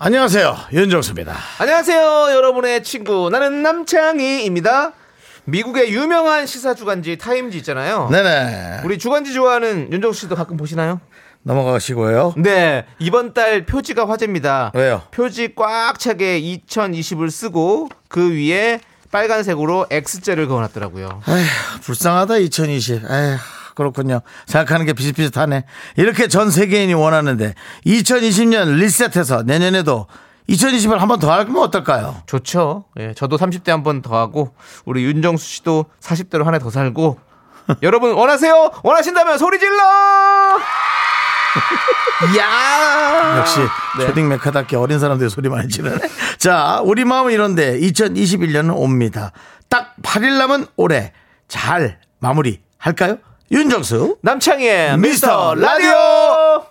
안녕하세요 윤정수입니다 안녕하세요, 여러분의 친구 나는 남창희입니다. 미국의 유명한 시사 주간지 타임지 있잖아요. 네네 우리 주간지 좋아하는 윤정 씨도 가끔 보시나요? 넘어가시고요 네, 이번 달 표지가 화제입니다. 왜요? 표지 꽉 차게 2020을 쓰고 그 위에 빨간색으로 X자를 그어놨더라고요. 에휴, 불쌍하다 2020 에휴, 그렇군요 생각하는 게 비슷비슷하네 이렇게 전 세계인이 원하는데 2020년 리셋해서 내년에도 2020을 한 번 더 하면 어떨까요 좋죠. 예, 저도 30대 한 번 더 하고 우리 윤정수 씨도 40대로 한 해 더 살고 여러분 원하세요? 원하신다면 소리 질러! 야! 역시 네. 초딩 메카답게 어린 사람들이 소리 많이 지르네 자 우리 마음은 이런데 2021년은 옵니다 딱 8일 남은 올해 잘 마무리 할까요 윤정수 남창희의 미스터 미스터 라디오.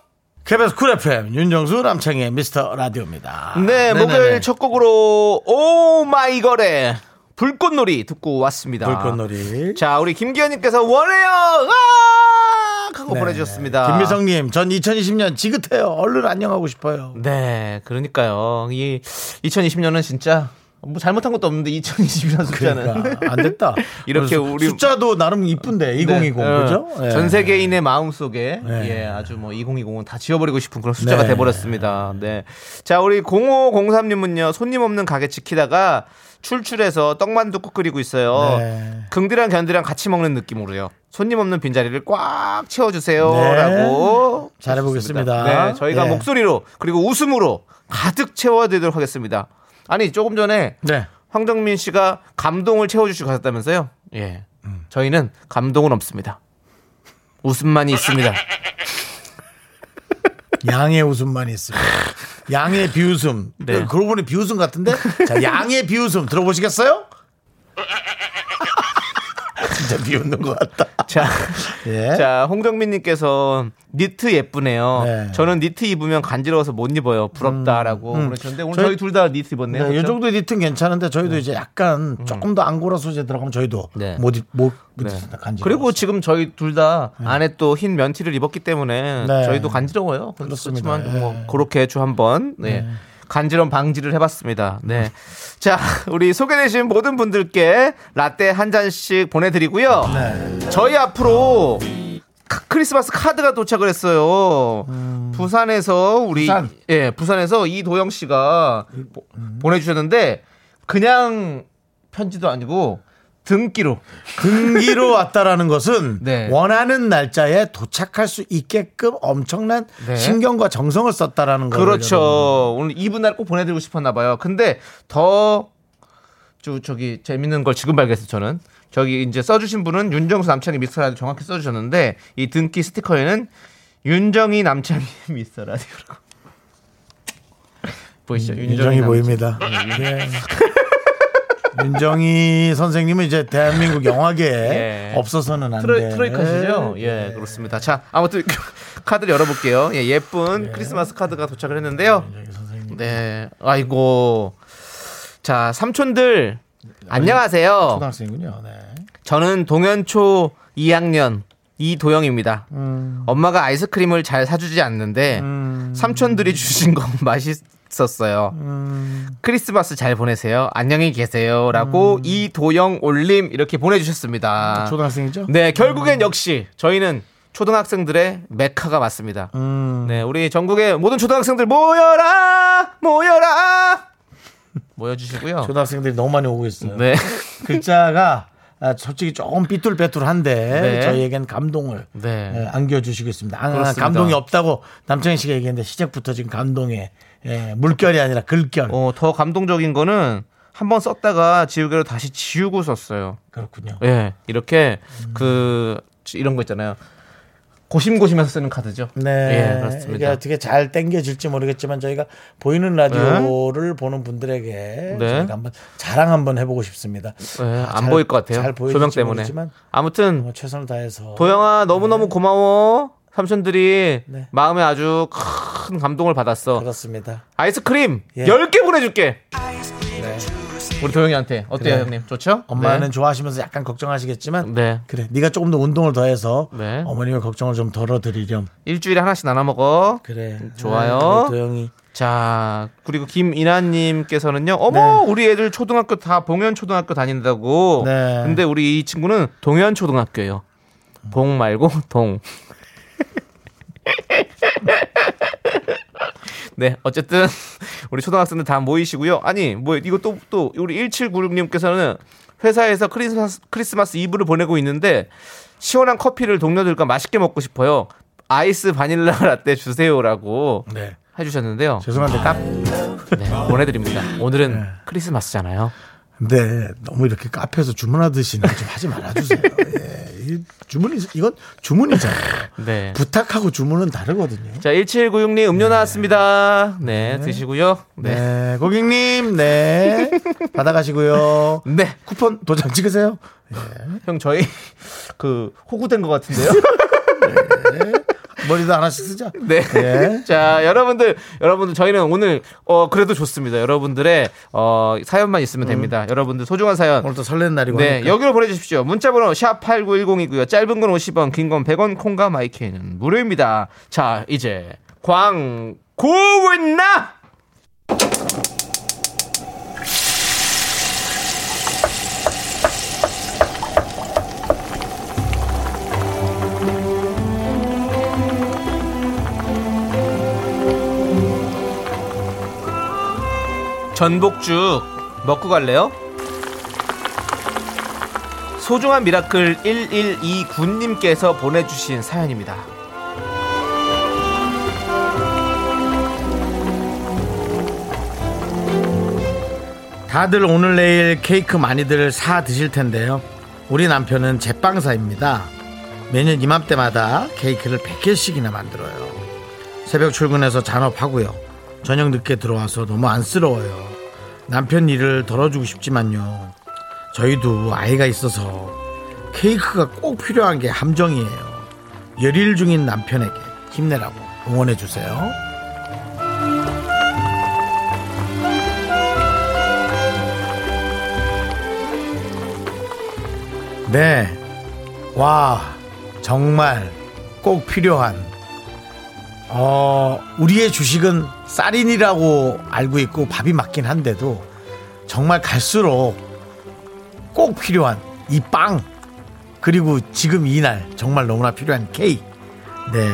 KBS 쿨 FM 윤정수 남창희의 미스터 라디오입니다. 아, 네, 네네네. 목요일 첫 곡으로 오 마이 걸의 불꽃놀이 듣고 왔습니다. 아, 불꽃놀이. 자, 우리 김기현님께서 원해요. 아! 하고 네. 보내주셨습니다. 김미성님, 전 2020년 지긋해요. 얼른 안녕하고 싶어요. 네, 그러니까요. 이 2020년은 진짜 뭐 잘못한 것도 없는데 2020이라는 숫자는 그러니까 안 됐다. 이렇게 그래서 우리- 숫자도 나름 이쁜데 2020 네, 그죠? 어, 네. 전 세계인의 마음 속에 네. 예, 아주 뭐 2020은 다 지워버리고 싶은 그런 숫자가 네. 돼버렸습니다. 네, 자 우리 0503님은요 손님 없는 가게 지키다가 출출해서 떡만두 국 끓이고 있어요. 네. 긍디랑 견디랑 같이 먹는 느낌으로요. 손님 없는 빈자리를 꽉 네. 채워주세요라고 잘해보겠습니다. 네, 저희가 네. 목소리로 그리고 웃음으로 가득 채워드리도록 하겠습니다. 아니 조금 전에 네. 황정민 씨가 감동을 채워주시고 가셨다면서요? 예. 음. 저희는 감동은 없습니다. 웃음만이 있습니다. 양의 웃음만 있습니다. 양의 비웃음. 네. 그러고 보니 비웃음 같은데? 자, 양의 비웃음 들어보시겠어요? 진짜 비웃는 것 같다. 자, 예. 자 홍정민님께서 니트 예쁘네요. 네. 저는 니트 입으면 간지러워서 못 입어요. 부럽다라고. 음. 그런데 오늘 저희- 저희, 둘 다 니트 입었네요. 네, 이 그렇죠? 음. 정도 니트는 괜찮은데 저희도 이제 약간 조금 더 앙고라 소재 들어가면 저희도 네. 못, 입- 못, 못 네. 간지. 그리고 지금 저희 둘 다 안에 또 흰 면티를 입었기 때문에 네. 저희도 간지러워요. 그렇습니다. 그렇지만 뭐 예. 그렇게 주 한번 네. 간지럼 방지를 해봤습니다. 네, 자 우리 소개되신 모든 분들께 라떼 한 잔씩 보내드리고요. 네. 저희 앞으로 카- 크리스마스 카드가 도착을 했어요. 부산에서 우리 부산. 예 부산에서 이도영 씨가 보- 보내주셨는데 그냥 편지도 아니고 등기로 등기로 왔다라는 것은 네. 원하는 날짜에 도착할 수 있게끔 엄청난 네. 신경과 정성을 썼다라는 거예요. 그렇죠. 오늘 이분날 꼭 보내드리고 싶었나 봐요. 근데 더 저, 저기 재밌는 걸 지금 발견했어요. 저는 저기 이제 써주신 분은 윤정수 남창희 미스터 라디오 정확히 써주셨는데 이 등기 스티커에는 윤정이 남창희 미스터 라디오라고 보이시죠? 윤정이 남- 보입니다. 네. 윤정이 선생님은 이제 대한민국 영화계에 예. 없어서는 안 트로, 돼. 트로이카시죠? 예, 그렇습니다. 자, 아무튼 그 카드를 열어볼게요. 예, 예쁜 크리스마스 카드가 도착을 했는데요. 네, 아이고. 자, 삼촌들, 안녕하세요. 초등학생이군요. 네. 저는 동현초 2학년 이도영입니다. 음. 엄마가 아이스크림을 잘 사주지 않는데 삼촌들이 주신 거 맛있었어요. 음. 크리스마스 잘 보내세요. 안녕히 계세요라고 이도영 올림 이렇게 보내주셨습니다. 아, 초등학생이죠? 네, 음. 결국엔 역시 저희는 초등학생들의 메카가 맞습니다. 음. 네, 우리 전국의 모든 초등학생들 모여라, 모여라, 모여주시고요. 초등학생들이 너무 많이 오고 있어요. 네. 글자가 아, 솔직히 조금 삐뚤빼뚤한데 네. 저희에겐 감동을 네. 예, 안겨주시고 있습니다. 아, 그렇습니다. 감동이 없다고 남창희 씨가 얘기했는데 시작부터 지금 감동의 예, 물결이 아니라 글결 어, 더 감동적인 거는 한 번 썼다가 지우개로 다시 지우고 썼어요. 그렇군요. 예, 이렇게 그 이런 거 있잖아요. 고심고심해서 쓰는 카드죠. 네. 예, 이게 그렇습니다. 어떻게 잘 땡겨질지 모르겠지만 저희가 보이는 네. 라디오를 보는 분들에게 저희가 한번 자랑 한번 해보고 싶습니다. 예, 네. 안 잘- 보일 것 같아요. 잘 보일지 조명 때문에. 모르지만 아무튼 뭐 최선을 다해서 도영아 너무너무 고마워. 삼촌들이 네. 마음에 아주 큰 감동을 받았어. 그렇습니다. 네. 아이스크림 예. 네. 10개 보내줄게. 우리 도영이한테 어때요 그래. 형님? 좋죠? 엄마는 네. 좋아하시면서 약간 걱정하시겠지만 네. 그래 네가 조금 더 운동을 더해서 네. 어머님의 걱정을 좀 덜어드리렴. 일주일에 하나씩 나눠 먹어. 그래. 좋아요. 아, 우리 도영이 자 그리고 김이나님께서는요. 어머 우리 애들 초등학교 다 봉현 초등학교 다닌다고. 네. 근데 우리 이 친구는 동현 초등학교예요. 봉 말고 동. 네, 어쨌든 우리 초등학생들 다 모이시고요. 아니, 뭐 이거 또 또 우리 1796님께서는 회사에서 크리스마스 크리스마스 이브를 보내고 있는데 시원한 커피를 동료들과 맛있게 먹고 싶어요. 아이스 바닐라 라떼 주세요라고 네. 해주셨는데요. 죄송한데 딱 네, 보내드립니다. 오늘은 크리스마스잖아요. 근데 너무 이렇게 카페에서 주문하듯이는 좀 하지 말아주세요. 예. 이 주문이 이건 주문이잖아요. 네. 부탁하고 주문은 다르거든요. 자, 1796님 음료 나왔습니다. 네, 드시고요. 네. 네, 고객님, 네 받아가시고요. 네. 쿠폰 도장 찍으세요. 형 저희 그 호구된 것 같은데요. 머리도 하나씩 쓰자. 네. 네. 자, 여러분들, 여러분들 저희는 오늘 어 그래도 좋습니다. 여러분들의 어 사연만 있으면 됩니다. 여러분들 소중한 사연. 오늘 또 설레는 날이고 네, 하니까. 여기로 보내주십시오. 문자번호 샵 #8910이고요. 짧은 건 50원, 긴 건 100원, 콩과 마이크는 무료입니다. 자, 이제 광고나 전복죽 먹고 갈래요? 소중한 미라클 1129님께서 보내주신 사연입니다. 다들 오늘 내일 케이크 많이들 사 드실 텐데요. 우리 남편은 제빵사입니다. 매년 이맘때마다 케이크를 100개씩이나 만들어요. 새벽 출근해서 잔업하고요. 저녁 늦게 들어와서 너무 안쓰러워요. 남편 일을 덜어주고 싶지만요. 저희도 아이가 있어서 케이크가 꼭 필요한 게 함정이에요. 열일 중인 남편에게 힘내라고 응원해주세요. 네. 와, 정말 꼭 필요한. 어, 우리의 주식은 쌀인이라고 알고 있고 밥이 맞긴 한데도 정말 갈수록 꼭 필요한 이 빵. 그리고 지금 이 날 정말 너무나 필요한 케이크. 네.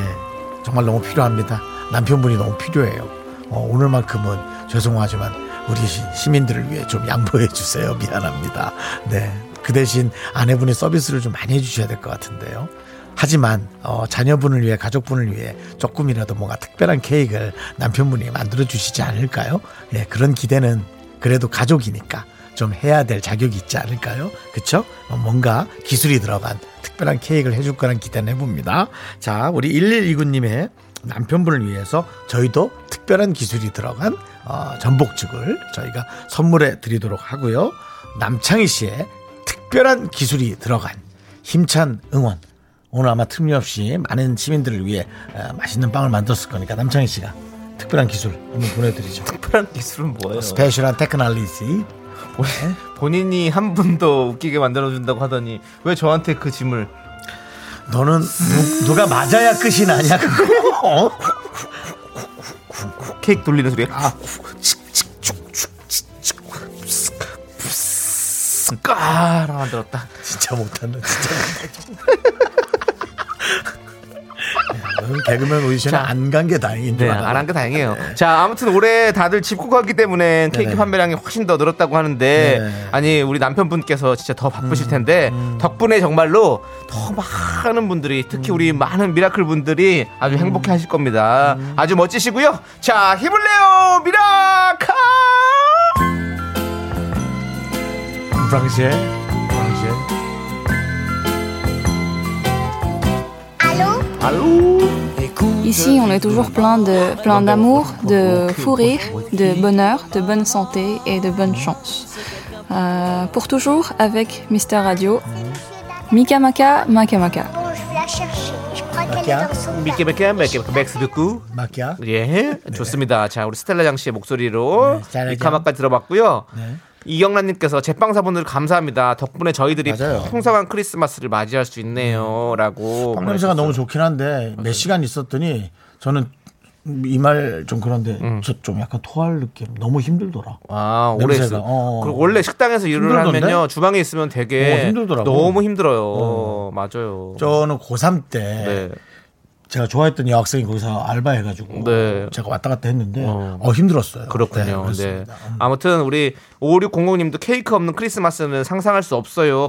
정말 너무 필요합니다. 남편분이 너무 필요해요. 어, 오늘만큼은 죄송하지만 우리 시- 시민들을 위해 좀 양보해 주세요. 미안합니다. 네. 그 대신 아내분이 서비스를 좀 많이 해주셔야 될 것 같은데요. 하지만 어, 자녀분을 위해 가족분을 위해 조금이라도 뭔가 특별한 케이크를 남편분이 만들어 주시지 않을까요? 예, 그런 기대는 그래도 가족이니까 좀 해야 될 자격이 있지 않을까요? 그쵸? 어, 뭔가 기술이 들어간 특별한 케이크를 해줄 거란 기대는 해봅니다. 자, 우리 1129님의 남편분을 위해서 저희도 특별한 기술이 들어간 어, 전복죽을 저희가 선물해 드리도록 하고요. 남창희 씨의 특별한 기술이 들어간 힘찬 응원. 오늘 아마 틈없이 많은 시민들을 위해 어, 맛있는 빵을 만들었을 거니까 남창희 씨가 특별한 기술 한번 보내드리죠. 특별한 기술은 뭐예요? 스페셜한 테크놀리지 본인이 한 분도 웃기게 만들어준다고 하더니 왜 저한테 그 짐을 너는 누, 가 맞아야 끝이 나냐 그거 어? 케이크 돌리는 소리가 아, 까라 만들었다. 진짜 못한다 진짜 못한다. 야, 네, 너는 개그맨 오디션에 안 간 게 다행인 줄 네, 알아 안 한 게 다행이에요. 자, 아무튼 올해 다들 집 고가기 때문에 케이크 네네. 판매량이 훨씬 더 늘었다고 하는데, 네. 아니 우리 남편분께서 진짜 더 바쁘실 텐데 덕분에 정말로 더 많은 분들이, 특히 우리 많은 미라클 분들이 아주 행복해하실 겁니다. 아주 멋지시고요. 자, 힘을 내요, 미라카! 그 프랑시에 프랑시에 Allô 알로 Ici, on est toujours plein de plein d'amour, de fou rire, de bonheur, de bonne santé et de bonne chance. Euh, pour toujours avec Mister Radio. Mika Maka, Maka Maka. Oh, je vais la chercher. Je crois qu'elle est dans son bain. 미끼백캠 맥캠 맥스 듣고 마키야. 예 좋습니다 자 우리 스텔라 장 씨의 목소리로 네, 스텔라 장. 이카마까지 들어봤고요 이경란님께서 제빵사분들 감사합니다 덕분에 저희들이 맞아요. 풍성한 크리스마스를 맞이할 수 있네요라고 빵 냄새가 너무 좋긴 한데 몇 시간 있었더니 저는 이 말 좀 그런데 음. 저 좀 약간 토할 느낌 너무 힘들더라. 아 오래 냄새가. 있어. 어. 그리고 원래 식당에서 일을 힘들던데? 하면요 주방에 있으면 되게 어, 힘들더라고. 너무 힘들어요 맞아요 저는 고3 때 네. 제가 좋아했던 여학생이 거기서 알바해가지고 네. 제가 왔다 갔다 했는데 어. 어, 힘들었어요. 네, 그렇군요. 네, 그렇습니다. 음. 아무튼 우리 5600님도 케이크 없는 크리스마스는 상상할 수 없어요.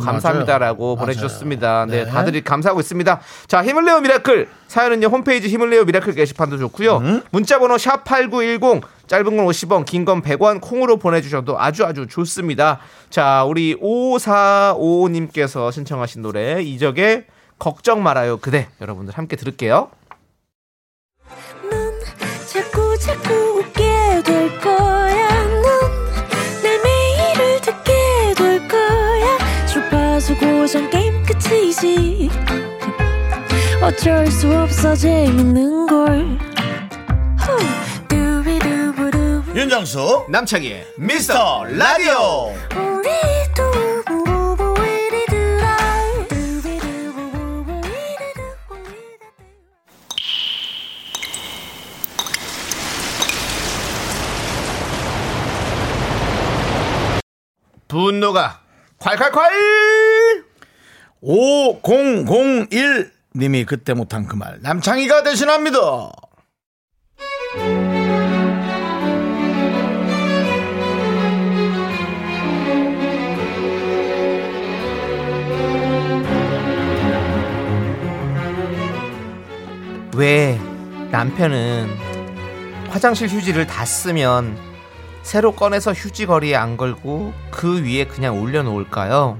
맞아요. 감사합니다라고 보내주셨습니다. 네, 네. 다들 감사하고 있습니다. 자, 힘을 내요 미라클 사연은요 홈페이지 힘을 내요 미라클 게시판도 좋고요. 음? 문자번호 샵 #8910 짧은 건 50원, 긴 건 100원 콩으로 보내주셔도 아주 아주 좋습니다. 자, 우리 5455님께서 신청하신 노래 이적의 걱정 말아요 그대 여러분들 함께 들을게요. 넌 자꾸 자꾸 웃게 될 거야. 넌내 매일을 듣게 될 거야. 주파수 고정 게임 끝이지. 어쩔 수 없어 재밌는 걸. 후. 두비두부두부. 윤정수 남창희 미스터 라디오 우리 두부부부 우리 두라. 두비두부부부 우리 두부 우리 두부. 분노가 콸콸콸 5001 님이 그때 못한 그 말 남창희가 대신합니다. 왜 남편은 화장실 휴지를 다 쓰면 새로 꺼내서 휴지 거리에 안 걸고 그 위에 그냥 올려놓을까요?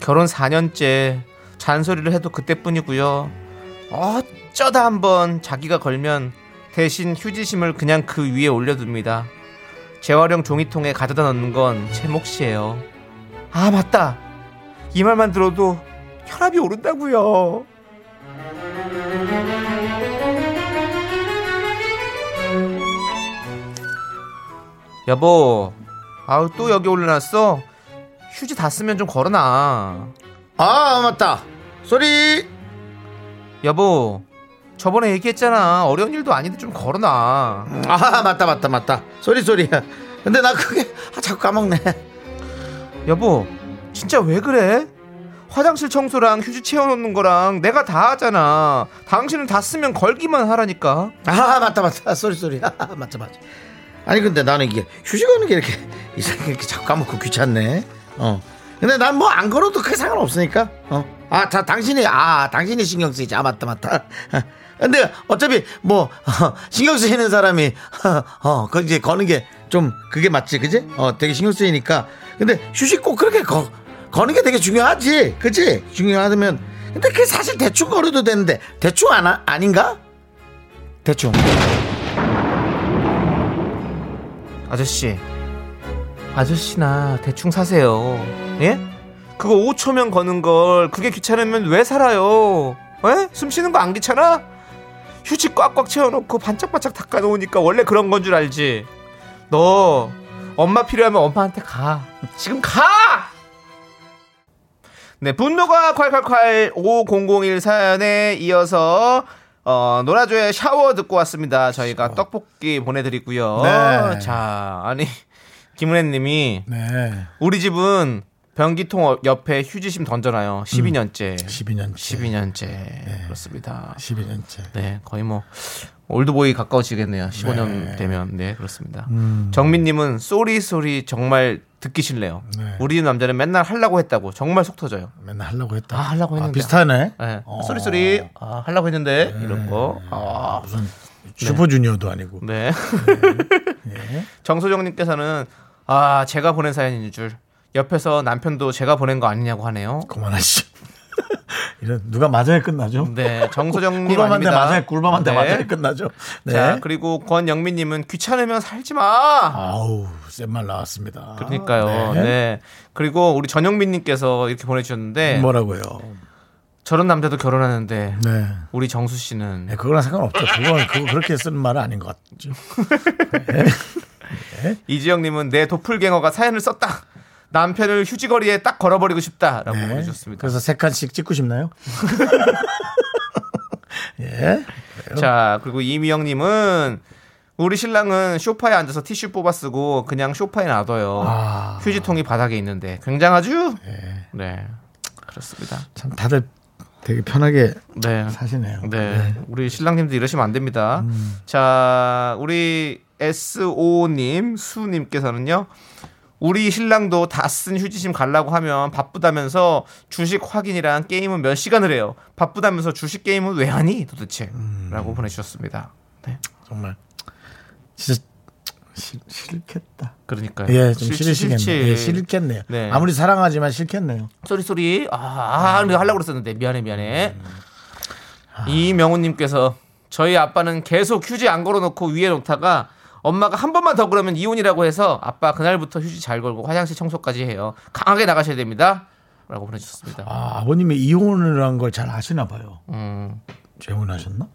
결혼 4년째 잔소리를 해도 그때뿐이고요. 어쩌다 한번 자기가 걸면 대신 휴지심을 그냥 그 위에 올려둡니다. 재활용 종이통에 가져다 넣는 건 제 몫이에요. 아 맞다. 이 말만 들어도 혈압이 오른다고요. 여보, 아우 또 여기 올려놨어. 휴지 다 쓰면 좀 걸어놔. 아 맞다 소리 여보, 저번에 얘기했잖아. 어려운 일도 아닌데 좀 걸어놔. 아 맞다 맞다 맞다 소리 소리 근데 나 그게 아, 자꾸 까먹네 여보, 진짜 왜 그래? 화장실 청소랑 휴지 채워놓는 거랑 내가 다 하잖아. 당신은 다 쓰면 걸기만 하라니까. 아 맞다 맞다 소리 소리 아, 맞다 맞다 아니 근데 나는 이게 휴지 거는 게 이렇게 이상하게 이렇게 자꾸 까먹고 귀찮네 어 근데 난 뭐 안 걸어도 크게 상관없으니까 어아 다 당신이 아 당신이 신경 쓰이지 아 맞다 맞다 근데 어차피 뭐 어, 신경 쓰이는 사람이 어 거- 이제 거는 게 좀 그게 맞지 그지 어 되게 신경 쓰이니까 근데 휴지 꼭 그렇게 거, 거는 게 되게 중요하지 그지 중요하다면 근데 그게 사실 대충 걸어도 되는데 대충 안 하- 아닌가 대충 아저씨. 아저씨나 대충 사세요. 예? 그거 5초면 거는 걸 그게 귀찮으면 왜 살아요? 예? 숨 쉬는 거 안 귀찮아? 휴지 꽉꽉 채워놓고 반짝반짝 닦아놓으니까 원래 그런 건 줄 알지. 너 엄마 필요하면 엄마한테 가. 지금 가! 네, 분노가 콸콸콸 5001 사연에 이어서 어, 노라조의 샤워 듣고 왔습니다. 저희가 떡볶이 보내드리고요. 네. 자, 아니 김은혜님이 네. 우리 집은 변기통 어- 옆에 휴지심 던져놔요. 12년째. 12년째. 네. 12년째. 그렇습니다. 12년째. 네, 거의 뭐 올드보이 가까워지겠네요. 15년 되면 네 그렇습니다. 음. 정민님은 쏘리 쏘리 정말 듣기 싫네요. 네. 우리 남자는 맨날 하려고 했다고 정말 속 터져요. 맨날 하려고 했다. 아, 하려고 했는데. 비슷하네. 네. 어. 네. 쏘리 쏘리 아, 하려고 했는데 이런 거. 아, 슈퍼주니어도 아니고. 네. 네. 정소정님께서는 아 제가 보낸 사연인 줄 옆에서 남편도 제가 보낸 거 아니냐고 하네요. 그만하시. 이런 누가 맞아야 끝나죠? 네, 정소정님 꿀밤한테 아닙니다. 맞아야 꿀밤한테 네. 맞아야 끝나죠. 네. 자, 그리고 권영민님은 귀찮으면 살지 마. 아우 센 말 나왔습니다. 그러니까요. 네. 네. 그리고 우리 전영민님께서 이렇게 보내주셨는데 음, 뭐라고요? 저런 남자도 결혼하는데 네. 우리 정수 씨는 네, 그거랑 상관없죠. 그건 그거 그렇게 쓰는 말은 아닌 것 같죠. 그러니까. 이지영님은 내 도플갱어가 사연을 썼다. 남편을 휴지거리에 딱 걸어버리고 싶다라고 네. 보내주셨습니다. 그래서 세 칸씩 찍고 싶나요? 예. 자, 그리고 이미영님은 우리 신랑은 쇼파에 앉아서 티슈 뽑아 쓰고 그냥 쇼파에 놔둬요. 아. 휴지통이 바닥에 있는데 굉장하죠? 네. 그렇습니다. 참 다들 되게 편하게 네. 사시네요. 음. 네. 우리 신랑님도 이러시면 안 됩니다. 자, 우리 SO님, 수님께서는요. 우리 신랑도 다 쓴 휴지심 갈라고 하면 바쁘다면서 주식 확인이랑 게임은 몇 시간을 해요. 바쁘다면서 주식 게임은 왜 하니 도대체? 음. 라고 보내주셨습니다. 네. 정말 진짜 싫, 싫겠다. 그러니까요. 예, 좀 싫지, 싫으시겠네요. 싫지. 예, 싫겠네요. 네. 아무리 사랑하지만 싫겠네요. 소리 소리. 아, 아 내가 하려고 그랬었는데 미안해 미안해. 아. 이명훈님께서 저희 아빠는 계속 휴지 안 걸어놓고 위에 놓다가 엄마가 한 번만 더 그러면 이혼이라고 해서 아빠 그날부터 휴지 잘 걸고 화장실 청소까지 해요. 강하게 나가셔야 됩니다.라고 보내주셨습니다. 아, 아버님이 이혼을 한 걸 잘 아시나 봐요. 음, 재혼하셨나?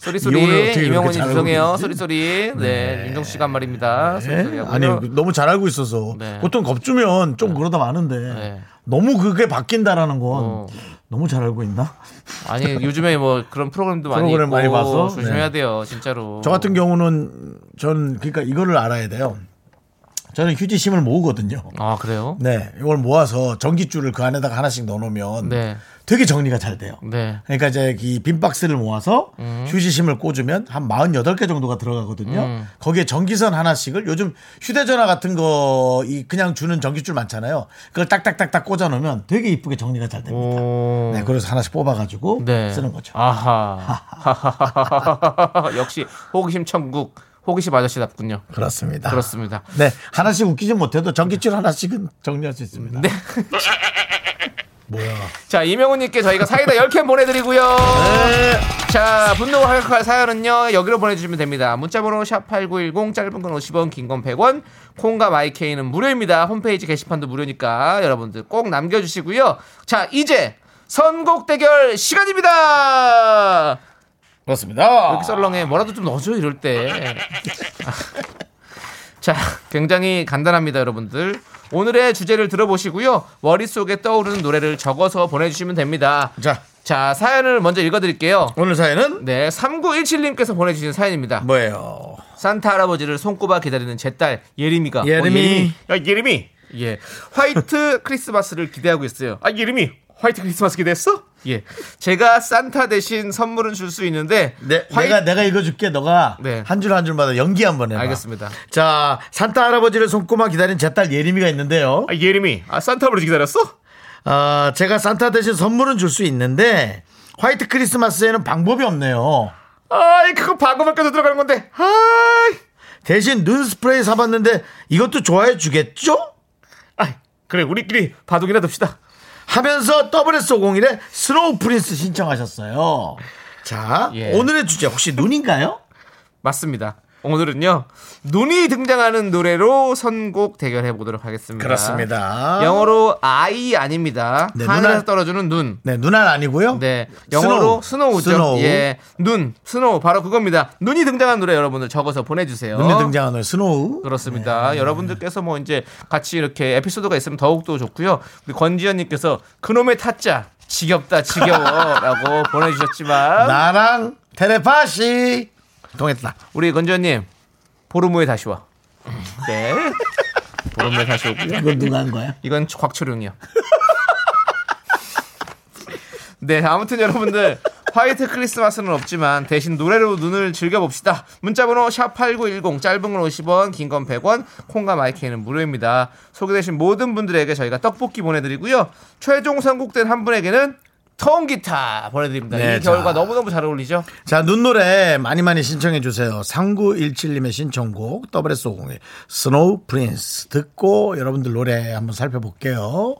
소리 이혼을 소리. 어떻게 이렇게 이명훈님 잘 죄송해요. 알고 소리 소리. 네, 윤정 씨가 한 말입니다. 소리 소리 예? 아니 하고요. 너무 잘 알고 있어서 네. 보통 겁주면 좀 그러다 마는데 네. 너무 그게 바뀐다라는 건 어. 너무 잘 알고 있나? 아니 요즘에 뭐 그런 프로그램도 많이 프로그램 있고 많이 봐서? 조심해야 네. 돼요, 진짜로. 저 같은 경우는 전 그러니까 이거를 알아야 돼요. 저는 휴지심을 모으거든요. 아 그래요? 네, 이걸 모아서 전기줄을 그 안에다가 하나씩 넣어놓으면 네. 되게 정리가 잘 돼요. 네. 그러니까 이제 이빈 박스를 모아서 음. 휴지심을 꽂으면 한 48개 정도가 들어가거든요. 음. 거기에 전기선 하나씩을 요즘 휴대전화 같은 거 이 그냥 주는 전기줄 많잖아요. 그걸 딱딱딱딱 꽂아 놓으면 되게 이쁘게 정리가 잘 됩니다. 오. 네, 그래서 하나씩 뽑아가지고 네. 쓰는 거죠. 아하. 역시 호기심 천국, 호기심 아저씨답군요. 그렇습니다. 그렇습니다. 네, 하나씩 웃기지 못해도 전기줄 하나씩은 정리할 수 있습니다. 네. 뭐야? 자, 이명훈님께 저희가 사이다 10캔 보내드리고요. 네. 자, 분노 할칼 사연은요, 여기로 보내주시면 됩니다. 문자번호 샵8910, 짧은 건 50원, 긴 건 100원, 콩과 마이케이는 무료입니다. 홈페이지 게시판도 무료니까 여러분들 꼭 남겨주시고요. 자, 이제 선곡 대결 시간입니다! 그렇습니다. 이렇게 썰렁해. 뭐라도 좀 넣어줘 이럴 때. 자, 굉장히 간단합니다, 여러분들. 오늘의 주제를 들어보시고요. 머릿속에 떠오르는 노래를 적어서 보내주시면 됩니다. 자, 자, 사연을 먼저 읽어드릴게요. 오늘 사연은 네, 3917님께서 보내주신 사연입니다. 뭐예요? 산타 할아버지를 손꼽아 기다리는 제 딸 예림이가 어, 예림이. 야 예림이 예 화이트 크리스마스를 기대하고 있어요 아 예림이 화이트 크리스마스 기대했어? 예 제가 산타 대신 선물은 줄 수 있는데 네, 화이- 내가 내가 읽어줄게. 너가 네. 한 줄 한 줄마다 연기 한번 해봐. 알겠습니다 자, 산타 할아버지를 손꼽아 기다린 제 딸 예림이가 있는데요. 아 예림이 아 산타 할아버지 기다렸어? 아, 제가 산타 대신 선물은 줄 수 있는데 화이트 크리스마스에는 방법이 없네요. 아이 그거 방금만 껴서 들어가는 건데 아이 대신 눈 스프레이 사봤는데 이것도 좋아해 주겠죠? 아이 그래 우리끼리 바둑이나 둡시다 하면서 WS501에 스노우 프린스 신청하셨어요. 자, 예. 오늘의 주제 혹시 눈인가요? 맞습니다 오늘은요 눈이 등장하는 노래로 선곡 대결해 보도록 하겠습니다 아. 영어로 아이 아닙니다. 네, 하늘에서 눈알- 떨어지는 눈. 네, 눈알 아니고요. 네, 영어로 스노우. 스노우. 죠 스노우. 예, 눈, 스노우 바로 그겁니다. 눈이 등장한 노래 여러분들 적어서 보내주세요. 눈에 등장한 노래 스노우. 네. 그렇습니다. 여러분들께서 뭐 이제 같이 이렇게 에피소드가 있으면 더욱더 좋고요. 우리 권지현님께서 그놈의 타짜 지겹다 지겨워라고 보내주셨지만 나랑 테레파시 통했다. 우리 권지현님 보름 후에 다시 와. 네, 보름 후에 다시 오고요. 이건 누가 한 거야? 이건 곽철용이요. 네, 아무튼 여러분들 화이트 크리스마스는 없지만 대신 노래로 눈을 즐겨봅시다. 문자번호 샵8910 짧은 건 50원, 긴 건 100원, 콩과 마이크는 무료입니다. 소개되신 모든 분들에게 저희가 떡볶이 보내드리고요. 최종 선곡된 한 분에게는 통기타 보내드립니다. 네, 이 결과 자. 너무너무 잘 어울리죠? 자, 눈노래 많이 많이 신청해 주세요. 3917님의 신청곡 WS501 스노우 프린스 듣고 여러분들 노래 한번 살펴볼게요.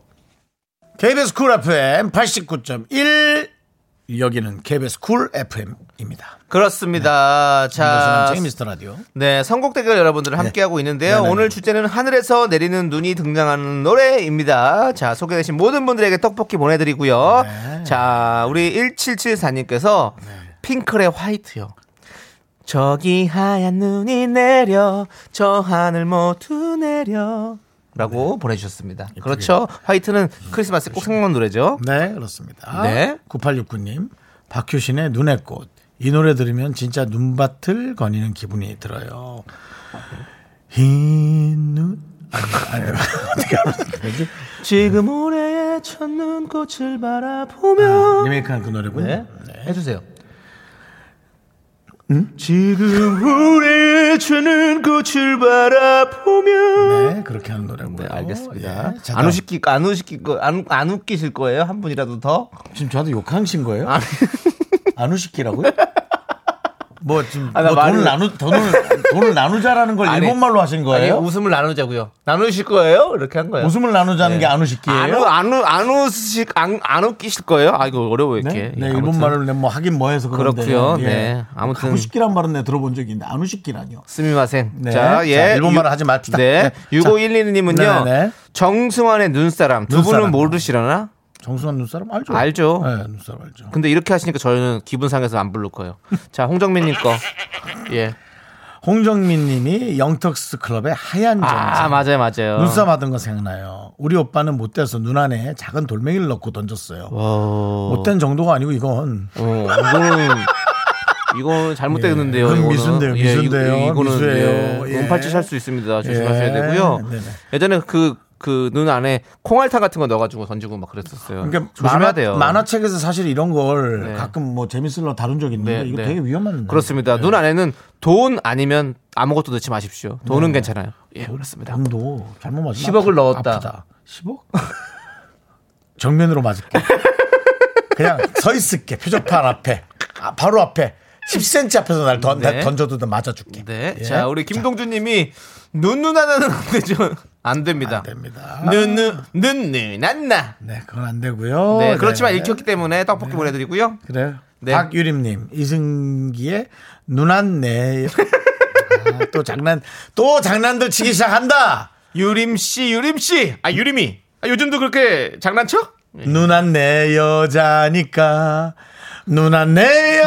KBS 쿨 FM 89.1 여기는 KBS 쿨 FM입니다. 그렇습니다. 자, 자, 미스터 라디오. 네, 선곡 대결 여러분들 함께하고 있는데요. 네네네. 오늘 주제는 하늘에서 내리는 눈이 등장하는 노래입니다. 자, 소개되신 모든 분들에게 떡볶이 보내드리고요. 네. 자, 우리 1774님께서 핑클의 화이트요. 저기 하얀 눈이 내려, 저 하늘 모두 내려. 라고 네. 보내주셨습니다. 그렇죠. 화이트는 크리스마스 에꼭 생각나는 노래죠. 네, 그렇습니다. 네. 9869님, 박효신의 눈의 꽃. 이 노래 들으면 진짜 눈밭을 거니는 기분이 들어요. 흰 눈. 아니, 아니, 어떻게 하는 거지? 지금 올해의 첫눈 꽃을 바라보며 리메이크한 그 노래군요. 네. 해주세요. 지금 우리의 주는 꽃을 바라보며. 네, 그렇게 하는 노래군요. 네, 알겠습니다. 예, 자, 안 다음. 우시기, 안 우시기, 안, 안 웃기실 거예요? 한 분이라도 더? 지금 저한테 욕하신 거예요? 아, 안 우시키라고요? 뭐 지금 아, 나 뭐 말을- 돈을 나누 돈을 돈을 나누자라는 걸 아니, 일본말로 하신 거예요? 아니, 웃음을 나누자고요. 나누실 거예요? 이렇게 한 거예요. 웃음, 을 네. 나누자는 게 안 우시키예요? 안, 우- 안, 우- 안 웃으시, 안, 안 웃기실 거예요? 아, 이거 어려워, 네, 이렇게. 네 예, 아무튼 일본말로 뭐 하긴 뭐해서 그런데 예. 그렇고요. 네, 아무튼. 우시키란 말은 내가 들어본 적이 있는데 안 우시키라뇨. 스미마생. 네. 자, 예. 자, 일본말을 유- 하지 맙시다. 네. 네. 6512님은요. 네네네. 정승환의 눈사람. 두 눈사람. 분은 모르시려나? 정수환 눈사람 알죠? 알죠. 네, 눈사람 알죠. 근데 이렇게 하시니까 저희는 기분 상해서 안 부를 거예요. 자, 홍정민님 거. 예. 홍정민님이 영턱스 클럽의 하얀 정장. 아, 맞아요, 맞아요. 눈싸움 하던 거 생각나요. 우리 오빠는 못 돼서 눈 안에 작은 돌멩이를 넣고 던졌어요. 어, 못된 정도가 아니고 이건 어, 이거는 이거는 잘못됐는데요. 예, 그건 이거는. 미수인데요, 미수인데요, 이- 이거는 미수예요. 예. 몸팔찌 할수 있습니다. 조심하셔야 예. 되고요. 네네. 예전에 그 그 눈 안에 콩알탕 같은 거 넣어가지고 던지고 막 그랬었어요. 그러니까 아, 조심해야 만화, 돼요. 만화책에서 사실 이런 걸 네. 가끔 뭐 재밌으려 다룬 적이 있는데 네, 이거 네. 되게 위험한 그렇습니다. 눈 안에는 돈 아니면 아무것도 넣지 마십시오. 돈은 네. 괜찮아요. 예, 그렇습니다. 돈도 잘못 맞으면 10억 아프- 을 넣었다. 아프다. 10억? 정면으로 맞을게. 그냥 서 있을게. 표적판 앞에. 아, 바로 앞에. 10cm 앞에서 날 던, 네. 던져두든 맞아줄게. 네. 예. 자, 우리 김동준님이 눈누나는 안 되죠. 안 됩니다. 됩니다. 눈누 눈누난나. 네, 그건 안 되고요. 네, 그렇지만 네. 읽혔기 때문에 떡볶이 보내드리고요. 그래요. 네. 박유림님 이승기의 눈안 내. 아, 또 장난 또 장난들 치기 시작한다. 유림 씨, 유림 씨, 아 유림이. 아, 요즘도 그렇게 장난쳐? 눈안 내 여자니까 눈안 내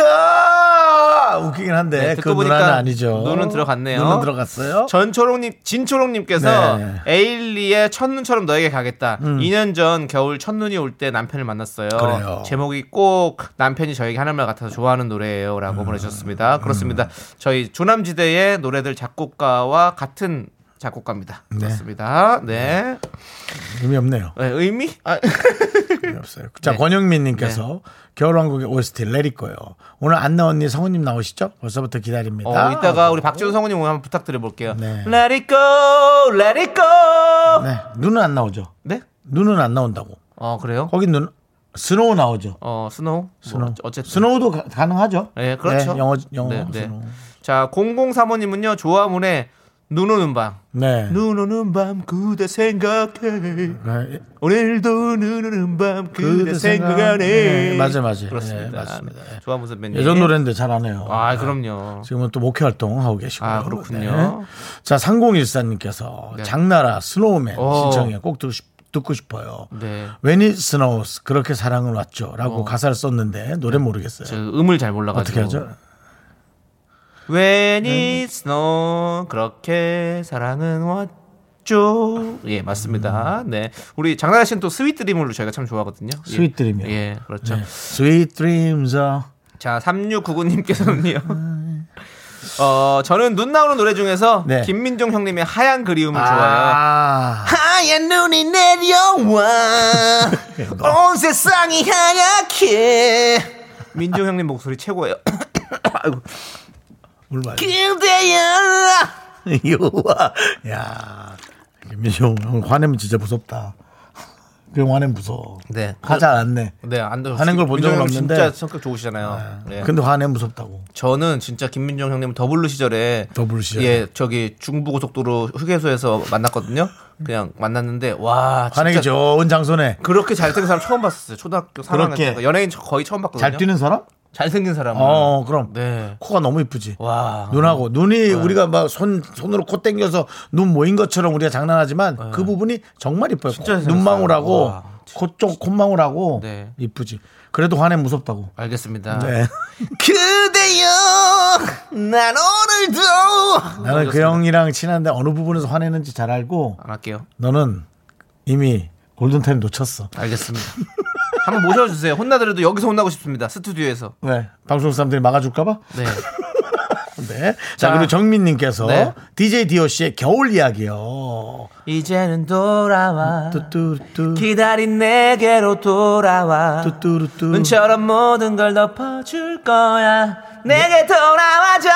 여자니까 웃기긴 한데 네, 그 듣고 보니까 눈안은 아니죠. 눈은 들어갔네요. 눈은 들어갔어요. 전초롱님, 진초롱님께서 네. 음. 에일리의 첫눈처럼 너에게 가겠다. 2년 전 겨울 첫눈이 올 때 남편을 만났어요. 그래요. 제목이 꼭 남편이 저에게 하는 말 같아서 좋아하는 음. 노래예요라고 보내주셨습니다. 그렇습니다. 저희 조남지대의 노래들 작곡가와 같은 작곡가입니다. 그렇습니다. 네. 의미 없네요. 네, 의미? 아, 의미 없어요. 네. 자 권영민님께서 겨울왕국의 OST 레리꺼요. 오늘 안나 언니 성우님 나오시죠? 벌써부터 기다립니다. 어, 이따가 우리 박지훈 성우님 오늘 한번 부탁드려볼게요. 아. 네. Let it go, let it go. 네 눈은 안 나오죠. 네? 눈은 안 나온다고. 어 그래요? 거기 눈 스노우 나오죠. 어 스노우. 스노우. 뭐, 어쨌든. 스노우도 가, 능하죠 네, 그렇죠. 영어 영어 네, 네. 스노우. 자 003호님은요 조화문의 눈 오는 밤. 네. 눈 오는 밤 그대 생각해. 네. 오늘도 눈 오는 밤 그대 그대 생각하네. 생각- 네, 맞아요, 맞아요. 그렇습니다. 네, 맞습니다. 네, 조화문 선배님. 예전 노래인데 잘 안 해요. 아 그럼요. 그렇죠. 지금은 또 목회 활동 하고 계시고요. 네. 아, 그렇군요. 자, 3014님께서 네. 장나라 스노우맨 어. 신청해 꼭 듣고, 싶, 어요 네. 어. 웬이 스노우스 그렇게 사랑을 왔죠라고 가사를 썼는데 노래 네. 모르겠어요. 저 음을 잘 어떻게 몰라가지고. 하죠? 네. When it's snow 그렇게 사랑은 왔죠. 예 맞습니다. 네 우리 장나라 씨는 또 스윗 드림을 저희가 참 좋아하거든요. 예. 음. 스윗 드림이요? 예 그렇죠. 네. Sweet dreams. are- 자 3699님께서는요. 어 저는 눈 나오는 노래 중에서 네. 김민종 형님의 하얀 그리움을 음, 좋아해요. 아, 하얀 눈이 내려와 어. 온 세상이 하얗게 민종 형님 목소리 최고예요. 아이고 울마요. 그대여 요와. 야, 김민종 그 형 화내면 진짜 무섭다. 영화는 무서워. 네. 화잘 안내. 네, 안 돼. 하는 걸본 적은 민정 형 없는데. 진짜 성격 좋으시잖아요. 네. 근데 화내 무섭다고. 저는 진짜 김민정 형님 더블루 시절에 더블루 시절에. 예, 저기 중부고속도로 휴게소에서 만났거든요. 그냥 만났는데 와, 화내기 진짜 좋은 장소네. 그렇게 잘생긴 사람 처음 봤었어요. 초등학교 3학년 그렇게. 때. 연예인 거의 처음 봤거든요. 잘 뛰는 사람? 잘생긴 사람은. 어, 그럼. 네. 코가 너무 이쁘지. 와. 눈하고 눈이 우리가 막 손 손으로 코 당겨서 눈 모인 것처럼 우리가 장난하지만 그 부분이 정말 이뻐요. 코- 잘생겼어요. 눈망울하고 네. 와. 코 쪽 콧망울하고 네. 아, 이쁘지. 그래도 화내 무섭다고. 알겠습니다. 네. 그대여 난 오늘도 나는 그 형이랑 친한데 어느 부분에서 화내는지 잘 알고 안 할게요. 너는 이미 골든타임 놓쳤어. 알겠습니다. 한번 모셔주세요. 혼나더라도 여기서 혼나고 싶습니다. 스튜디오에서. 네. 방송 사람들이 막아줄까봐? 네. 네. 자, 자, 그리고 정민님께서 네. DJ 디오씨의 겨울 이야기요. 이제는 돌아와. 뚜뚜뚜. 기다린 내게로 돌아와. 뚜뚜루뚜. 눈처럼 모든 걸 덮어줄 거야. 네. 내게 돌아와줘.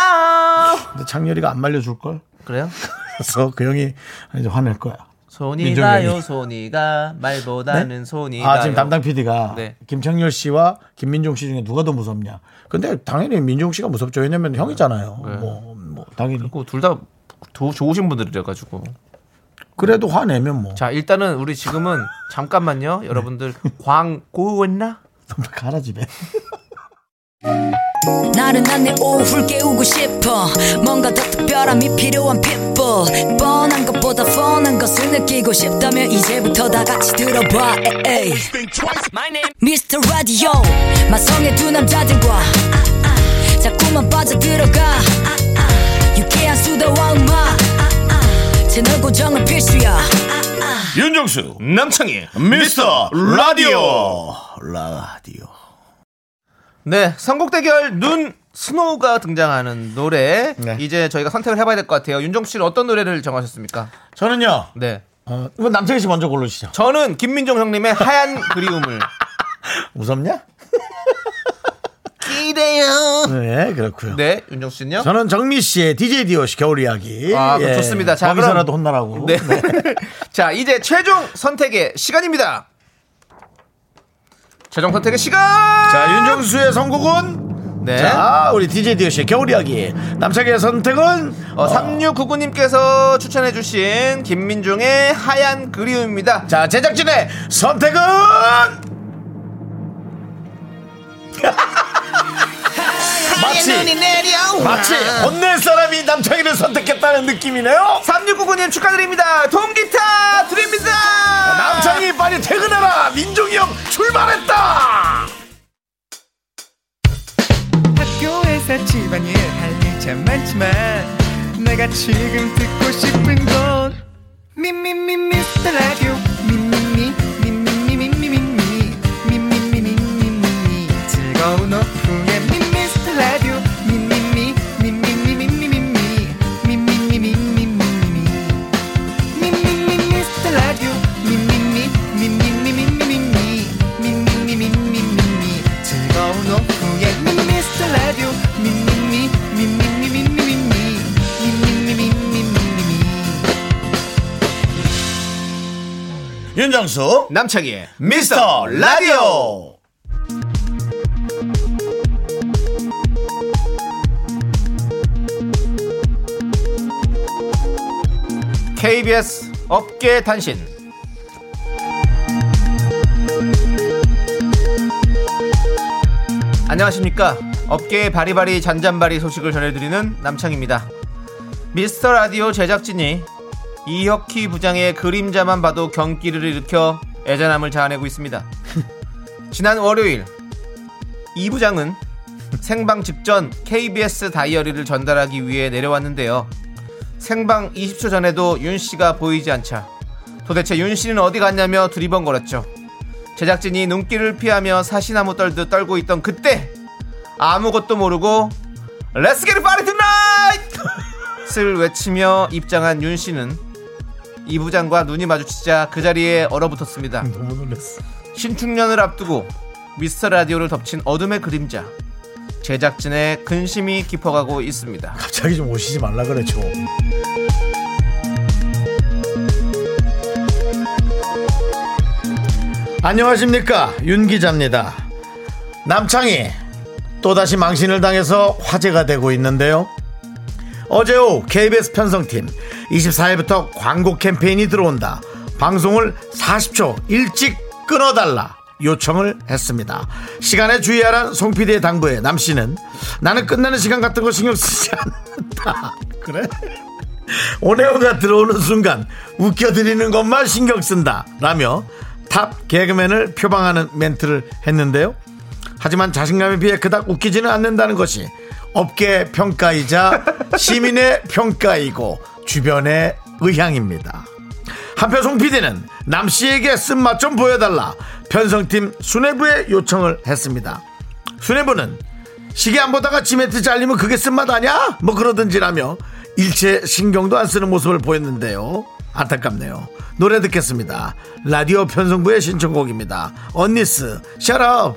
근데 창렬이가 안 말려줄걸? 그래요? 그래서 그 형이 이제 화낼 거야. 아, 손이 민정이 가요 형이. 손이가 말보다는 손이 아, 가요. 지금 담당 PD가 네. 김창렬 씨와 김민종 씨 중에 누가 더 무섭냐? 근데 당연히 민종 씨가 무섭죠. 왜냐면 형이잖아요. 네. 뭐, 뭐, 당연히. 둘다 좋으신 분들이라 가지고. 그래도 화내면 뭐. 자 일단은 우리 지금은 잠깐만요 여러분들 광고였나? 가라 집에. 나른한 내 오후를 깨우고 싶어 뭔가 더 특별함이 필요한 people 뻔한 것보다 뻔한 것을 느끼고 싶다면 이제부터 다 같이 들어봐 에이. Mr. Radio 마성의 두 남자들과 자꾸만 빠져들어가 유쾌한 수다와 음악 채널 고정은 필수야 윤정수 남창희 미스터 어, 라디오 라디오 네 선곡 대결 눈 스노우가 등장하는 노래 네. 이제 저희가 선택을 해봐야 될 것 같아요 윤종 씨는 어떤 노래를 정하셨습니까? 저는요. 네 어, 이건 남창희 씨 먼저 고르시죠. 저는 김민종 형님의 하얀 그리움을 무섭냐? 기대요 네, 그렇고요. 네 윤종 씨는요? 저는 정미 씨의 DJ 디오 씨 겨울 이야기. 예. 아, 그럼 좋습니다. 자, 거기서라도 그럼- 혼나라고. 네. 자 이제 최종 선택의 시간입니다 최종 선택의 시간 자, 윤정수의 선곡은 네. 자, 우리 DJ 디오 씨의 겨울 이야기. 남창희의 선택은 어, 3699님께서 추천해주신 김민종의 하얀 그리움입니다. 자, 제작진의 선택은 마치 마치 혼낼 사람이 남창희를 선택했다는 느낌이네요. 3699님 축하드립니다. 동기타 드립니다. 남창희 빨리 퇴근해라. 민종이 형 출발했다. 학교에서 집안일 할 일 참 많지만 내가 지금 듣고 싶은 건 미미미 미스터 라디오 미미미 미미미 미미미 미미미 미미미 즐거운 오후에 미스터 라디오 미미미 미미미 미미미 미미미 미미미 윤정수 남창희의 미스터 라디오. KBS 업계 단신. 안녕하십니까. 업계의 바리바리 잔잔바리 소식을 전해드리는 남창입니다. 미스터 라디오 제작진이 이혁희 부장의 그림자만 봐도 경기를 일으켜 애잔함을 자아내고 있습니다. 지난 월요일 이 부장은 생방 직전 KBS 다이어리를 전달하기 위해 내려왔는데요. 생방 20초 전에도 윤 씨가 보이지 않자 도대체 윤 씨는 어디 갔냐며 두리번거렸죠. 제작진이 눈길을 피하며 사시나무 떨듯 떨고 있던 그때 아무것도 모르고 Let's get it party tonight! 을 외치며 입장한 윤 씨는 이 부장과 눈이 마주치자 그 자리에 얼어붙었습니다. 너무 놀랐어. 신축년을 앞두고 미스터 라디오를 덮친 어둠의 그림자 제작진의 근심이 깊어가고 있습니다. 갑자기 좀 오시지 말라 그래 좀. 안녕하십니까 윤 기자입니다. 남창이 또다시 망신을 당해서 화제가 되고 있는데요. 어제 오후 KBS 편성팀 24일부터 광고 캠페인이 들어온다. 방송을 40초 일찍 끊어달라. 요청을 했습니다. 시간에 주의하란 송 PD의 당부에 남 씨는 나는 끝나는 시간 같은 거 신경 쓰지 않는다. 그래? 오네오가 들어오는 순간 웃겨드리는 것만 신경 쓴다 라며 탑 개그맨을 표방하는 멘트를 했는데요 하지만 자신감에 비해 그닥 웃기지는 않는다는 것이 업계의 평가이자 시민의 평가이고 주변의 의향입니다 한편 송 PD는 남씨에게 쓴맛 좀 보여달라 편성팀 수뇌부에 요청을 했습니다 수뇌부는 시계 안 보다가 지멘트 잘리면 그게 쓴맛 아냐? 뭐 그러든지라며 일체 신경도 안 쓰는 모습을 보였는데요. 안타깝네요. 노래 듣겠습니다. 라디오 편성부의 신청곡입니다. 언니스 샤럽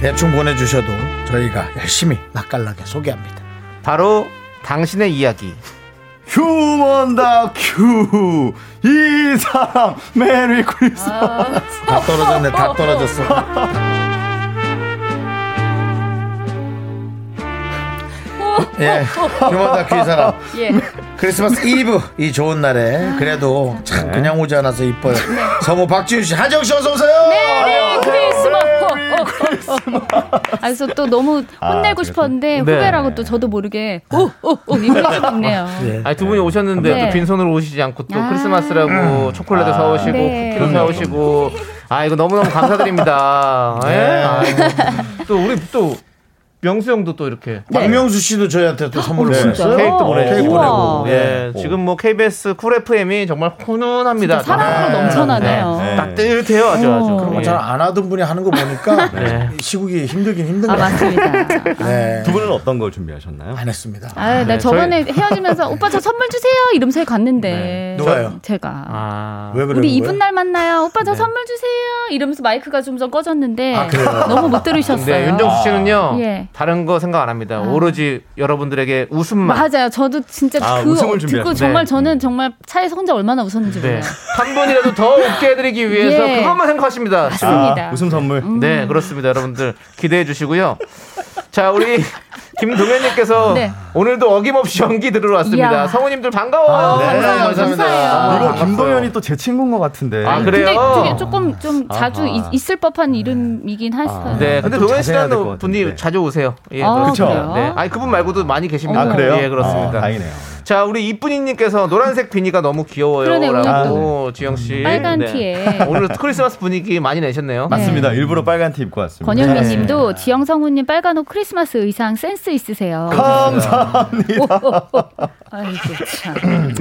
대충 보내주셔도 저희가 열심히 맛깔나게 소개합니다. 바로 당신의 이야기. 휴먼 다큐 이 사람 메리 크리스마스 다 떨어졌네, 다 떨어졌어. 예, 휴먼 다큐 이 사람. 예. 크리스마스 이브 이 좋은 날에 그래도 참 네. 그냥 오지 않아서 이뻐요. 성우 박지윤 씨, 하정 씨 어서 오세요. 네, 메리 크리스마스. 아, 그래서 또 너무 혼내고 싶었는데 네, 후배라고 또 저도 모르게 오오오 이렇게 먹네요. 아니, 두 분이 오셨는데 네. 또 빈손으로 오시지 않고 또 아. 음. 크리스마스라고 초콜릿을 사오시고 네. 쿠키도 사오시고 아 이거 너무너무 감사드립니다. 예. 아이고. 또 우리 또 명수 형도 또 이렇게 박명수 씨도 저희한테 또 선물을 보냈어요. 케이크도 보내주고 케이크 아, 우와. 보내고. 예, 지금 뭐 KBS 쿨 FM이 정말 훈훈합니다. 사랑으로 네. 넘쳐나네요. 어. 네. 따뜻해요, 아주 아주. 그런 예. 뭐 잘안 하던 분이 하는 거 보니까 네. 시국이 힘들긴 힘든 아 것 같아요. 맞습니다. 네. 두 분은 어떤 걸 준비하셨나요? 안 했습니다. 아, 네, 나 저번에 헤어지면서 오빠 저 선물 주세요 이러면서 해 갔는데 누가요? 제가 아, 왜 네. 그래요? 우리 이분 날 만나요. 오빠 저 선물 주세요. 이러면서 마이크가 좀 좀 꺼졌는데 너무 못 들으셨어요. 근데 네, 윤정수 씨는요, 예. 아. 다른 거 생각 안 합니다. 오로지 여러분들에게 웃음만. 맞아요. 저도 진짜 아, 그 웃음을 듣고 준비하셨네. 정말 저는 정말 차에서 혼자 얼마나 웃었는지 네. 몰라요. 한 분이라도 더 웃게 해드리기 위해서 예. 그것만 생각하십니다. 아. 맞습니다. 웃음 선물. 네, 그렇습니다. 여러분들 기대해 주시고요. 자, 우리 김동현님께서 네. 오늘도 어김없이 연기 들으러 왔습니다. 이야. 아, 성우님들 반가워요. 아, 네, 감사해요. 감사합니다. 감사해요. 이거 반갑어요. 김동현이 또 제 친구인 것 같은데. 아, 그래요? 근데 그게 조금 좀 자주 있, 있을 법한 이름이긴 하어요 네, 근데 아, 좀 동현 자세해야 될것 씨라는 분이 같은데. 자주 오세요. 예, 아, 그렇죠. 그래요? 네, 아니 그분 말고도 많이 계십니다. 아, 그래요? 예, 그렇습니다. 아, 다행이네요. 자, 우리 이쁜이님께서 노란색 비니가 너무 그러네, 음. 귀여워요라고 지영 씨. 빨간 네. 티에. 오늘 크리스마스 분위기 많이 내셨네요. 맞습니다. 음. 일부러 빨간 티 입고 왔습니다. 권영민 님도 지영성우님 빨간 옷 크리스마스 의상 센스 있으세요. 네. 감사합니다. 아이고, 참.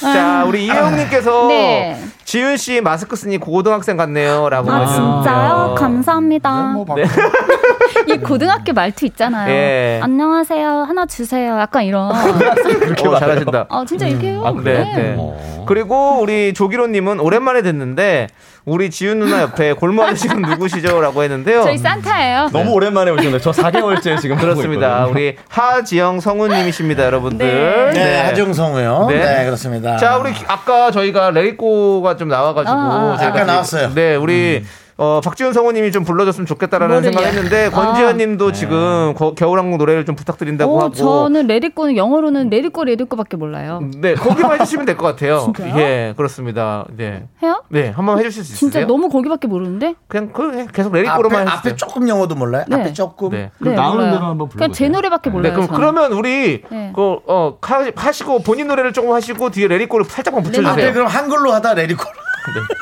자, 우리 이혜영님께서 네. 지윤 씨 마스크 쓰니 고등학생 같네요라고. 아, 하셨네요. 어, 진짜요? 감사합니다. 네, 뭐 네. 이 고등학교 말투 있잖아요. 예. 안녕하세요. 하나 주세요. 약간 이런. 어, 잘하신다. 어, 진짜 이렇게 해요. 아, 그래? 네. 그리고 우리 조기로님은 오랜만에 듣는데 우리 지윤 누나 옆에 골무 아저씨는 누구시죠?라고 했는데요. 저희 산타예요. 음. 너무 오랜만에 오셨네요. 저 4개월째 지금 하고 그렇습니다. 있거든요. 우리 하지영 성우님이십니다, 여러분들. 네, 하정성우요. 네. 네. 그렇습니다. 자, 우리 기- 아까 저희가 레이코가 좀 나와가지고 아, 아, 제가 아까 지금- 나왔어요. 음. 네, 우리 어, 박지훈 성우님이 좀 불러줬으면 좋겠다라는 뭐를요? 생각했는데 네. 권지현님도 지금 거- 겨울왕국 노래를 좀 부탁드린다고 오, 하고. 저는 레디코는 영어로는 음. 레디코 레디코밖에 몰라요. 네, 거기만 해주시면 될 것 같아요. 예, 그렇습니다. 네. 해요? 네, 한번 해주실 수 있으세요? 진짜 너무 거기밖에 모르는데? 그냥 그 계속 레리꼬로만 앞에, 앞에 조금 영어도 몰라요? 네. 앞에 조금. 네, 몰라요. 그냥 제 노래밖에 몰라요. 네, 그럼 저는. 그러면 우리 네. 그 어 하시고 본인 노래를 조금 하시고 뒤에 레리꼬를 살짝만 네, 앞에 붙여주세요. 그럼 한글로 하다 레리콜.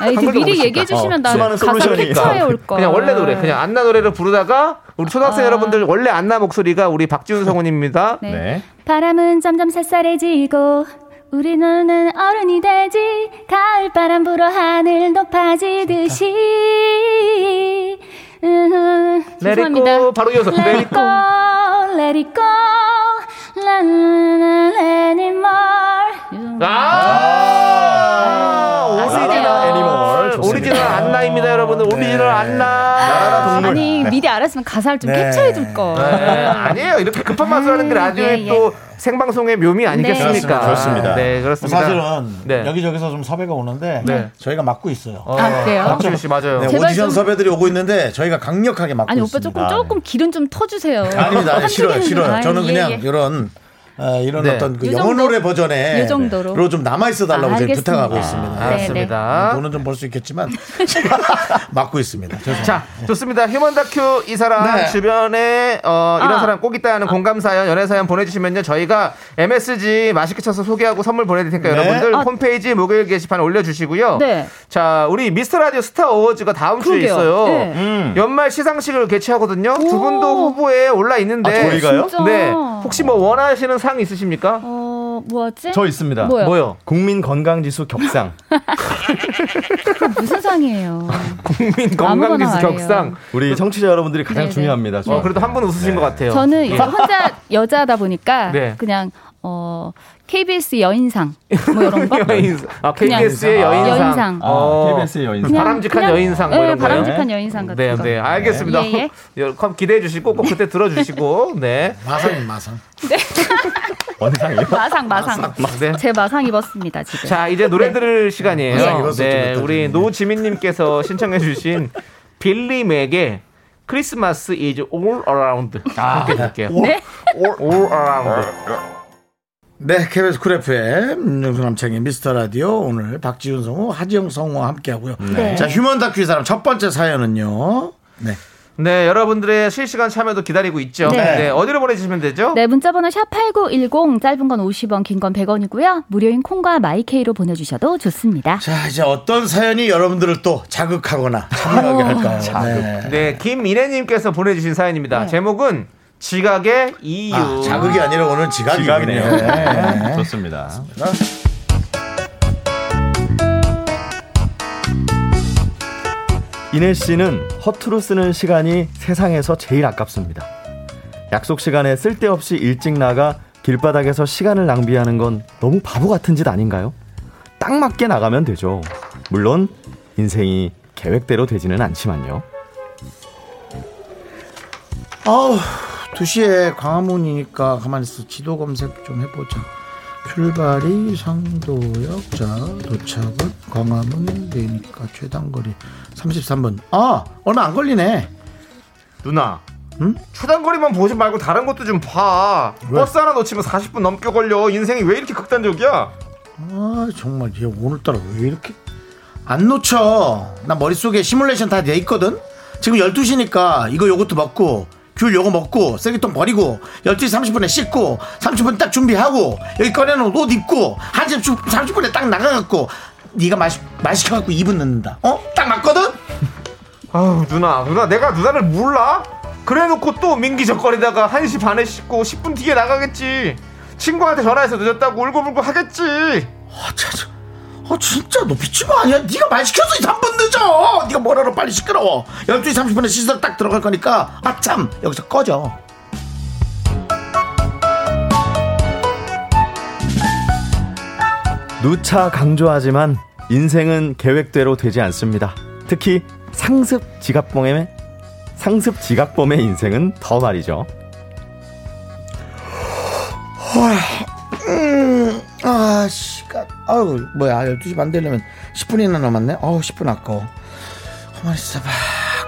아니, 이제 한글도 미리 모르시니까. 얘기해 주시면 어, 나 수많은 가사 솔루션이니까. 캡처해 올 걸. 그냥 원래 노래 그냥 안나 노래를 부르다가 우리 초등학생 아. 여러분들 원래 안나 목소리가 우리 박지훈 성우님입니다. 네. 바람은 점점 쌀쌀해지고 우리 눈은 어른이 되지 가을 바람 불어 하늘 높아지듯이 으흐, Let it go. 죄송합니다. 바로 이어서 Let Let it it go, let it go, 나는 anymore. 아. 아, 오리지널 아니에요. 애니멀 오리지널 안나입니다, 여러분들. 오리지널 안나. 네. 아니 네. 미리 알았으면 가사를 좀 캡처해 줄 걸. 네, 아니에요. 이렇게 급한 맛으로 하는 게 라디오의 예, 예. 또 생방송의 묘미 아니겠습니까? 그렇습니다. 그렇습니다. 네, 그렇습니다. 사실은 네. 여기저기서 좀 섭외가 오는데 네. 저희가 맡고 있어요. 어, 아, 그래요? 박지훈 씨 맞아요. 네, 제발 오디션 좀- 섭외들이 오고 있는데 저희가 강력하게 맡고 아니 오빠 있습니다. 네. 조금 조금 기름 좀 터주세요. 아닙니다. 아니, 한두 싫어요. 개는 싫어요. 아이, 저는 예, 그냥 예. 이런 어, 이런 네. 어떤 그 요 영어 정도? 노래 버전에 네. 요 정도로? 로좀 남아 있어 달라고 제가 알겠습니다. 부탁하고 아, 있습니다. 알았습니다. 돈은 좀 벌 수 있겠지만 맡고 있습니다. 죄송합니다. 자, 좋습니다. 휴먼 다큐 이 사람 네. 주변에 어, 이런 아. 사람 꼭 있다 하는 공감 사연, 연애 사연 보내주시면요 저희가 MSG 맛있게 쳐서 소개하고 선물 보내드릴 테니까 네. 여러분들 아. 홈페이지 목요일 게시판 올려주시고요. 네. 자, 우리 미스터 라디오 스타 어워즈가 다음 주에 그러게요. 있어요. 네. 음. 연말 시상식을 개최하거든요. 두 오. 분도 후보에 올라 있는데. 아, 저희가요? 진짜? 네. 혹시 뭐 원하시는 상 있으십니까? 어 뭐였지? 저 있습니다. 뭐요? 뭐요? 국민 건강지수 격상. 무슨 상이에요? 국민 건강기수 아무거나 격상. 말해요. 우리 청취자 여러분들이 가장 네네. 중요합니다. 그- 어, 그래도 한 분 웃으신 네. 것 같아요. 예. 저는 이제 혼자 여자다 보니까 네. 그냥 어 KBS 여인상 뭐 이런 거. 여인상. 아, 그냥- KBS의 여인상. 어. 여인상. 아, KBS의 여인상. 그냥- 바람직한 그냥- 여인상 뭐 네, 이런 거요? 바람직한 여인상 같은 네, 거. 네, 알겠습니다. 예, 여- 그럼 기대해 주시고 꼭 그때 들어주시고, 네, 마상 마상. 원상이요? 마상 마상. 네. 제 마상 입었습니다 지금. 자 이제 노래 들을 네, 시간이에요. 이것도 좀 네, 이따 우리 듣겠네. 노지민님께서 신청해주신 빌리 맥의 크리스마스 is all around 함께 들을게요. 네. all, all around. 네, KBS 쿨 FM 윤정수 남창의 미스터 라디오 오늘 박지훈 성우 하지영 성우와 함께하고요. 자 휴먼 다큐 이 사람 첫 번째 사연은요. 네. 네, 여러분들의 실시간 참여도 기다리고 있죠. 네. 네, 어디로 보내주시면 되죠? 네, 문자번호 샵8910, 짧은 건 50원, 긴 건 100원이고요. 무료인 콩과 마이케이로 보내주셔도 좋습니다. 자 이제 어떤 사연이 여러분들을 또 어, 자극하거나 참여하게 할까요? 네. 네, 김인혜님께서 보내주신 사연입니다. 네. 제목은 지각의 이유. 아, 자극이 아니라 오늘 지각이네요. 지각이네요. 네. 네, 좋습니다. 이내 씨는 허투루 쓰는 시간이 세상에서 제일 아깝습니다. 약속 시간에 쓸데없이 일찍 나가 길바닥에서 시간을 낭비하는 건 너무 바보 같은 짓 아닌가요? 딱 맞게 나가면 되죠. 물론 인생이 계획대로 되지는 않지만요. 아우 2시에 광화문이니까 가만히 있어 지도 검색 좀 해보자 출발이 상도역 자 도착은 광화문 되니까 최단거리 33분 아 얼마 안 걸리네 누나. 응? 초단거리만 보지 말고 다른 것도 좀 봐. 왜? 버스 하나 놓치면 40분 넘게 걸려. 인생이 왜 이렇게 극단적이야? 아 정말 얘 오늘따라 왜 이렇게 안 놓쳐 나 머릿속에 시뮬레이션 다 돼 있거든 지금 12시니까 이거 요거트 먹고 귤 요거 먹고 쓰레기통 버리고 12시 30분에 씻고 30분 딱 준비하고 여기 꺼내놓은 옷 입고 한 30분에 딱 나가갖고 네가 말, 말 시켜갖고 2분 늦는다 어? 딱 맞거든? 아우 누나 누나 내가 누나를 몰라? 그래놓고 또 민기적거리다가 1시 반에 씻고 10분 뒤에 나가겠지 친구한테 전화해서 늦었다고 울고불고 하겠지 아, 참, 참. 아 진짜 너 미친 거 아니야? 네가 말 시켜서 3분 늦어 네가 뭐라로 빨리 시끄러워 12시 30분에 씻어 딱 들어갈 거니까 아참 여기서 꺼져 누차 강조하지만 인생은 계획대로 되지 않습니다. 특히 상습 지각범의 상습 지각범의 인생은 더 말이죠. 아, 시간. 아우, 뭐야. 12시 반 되려면 10분이나 남았네. 어우, 10분 아까워. 가만 있어봐.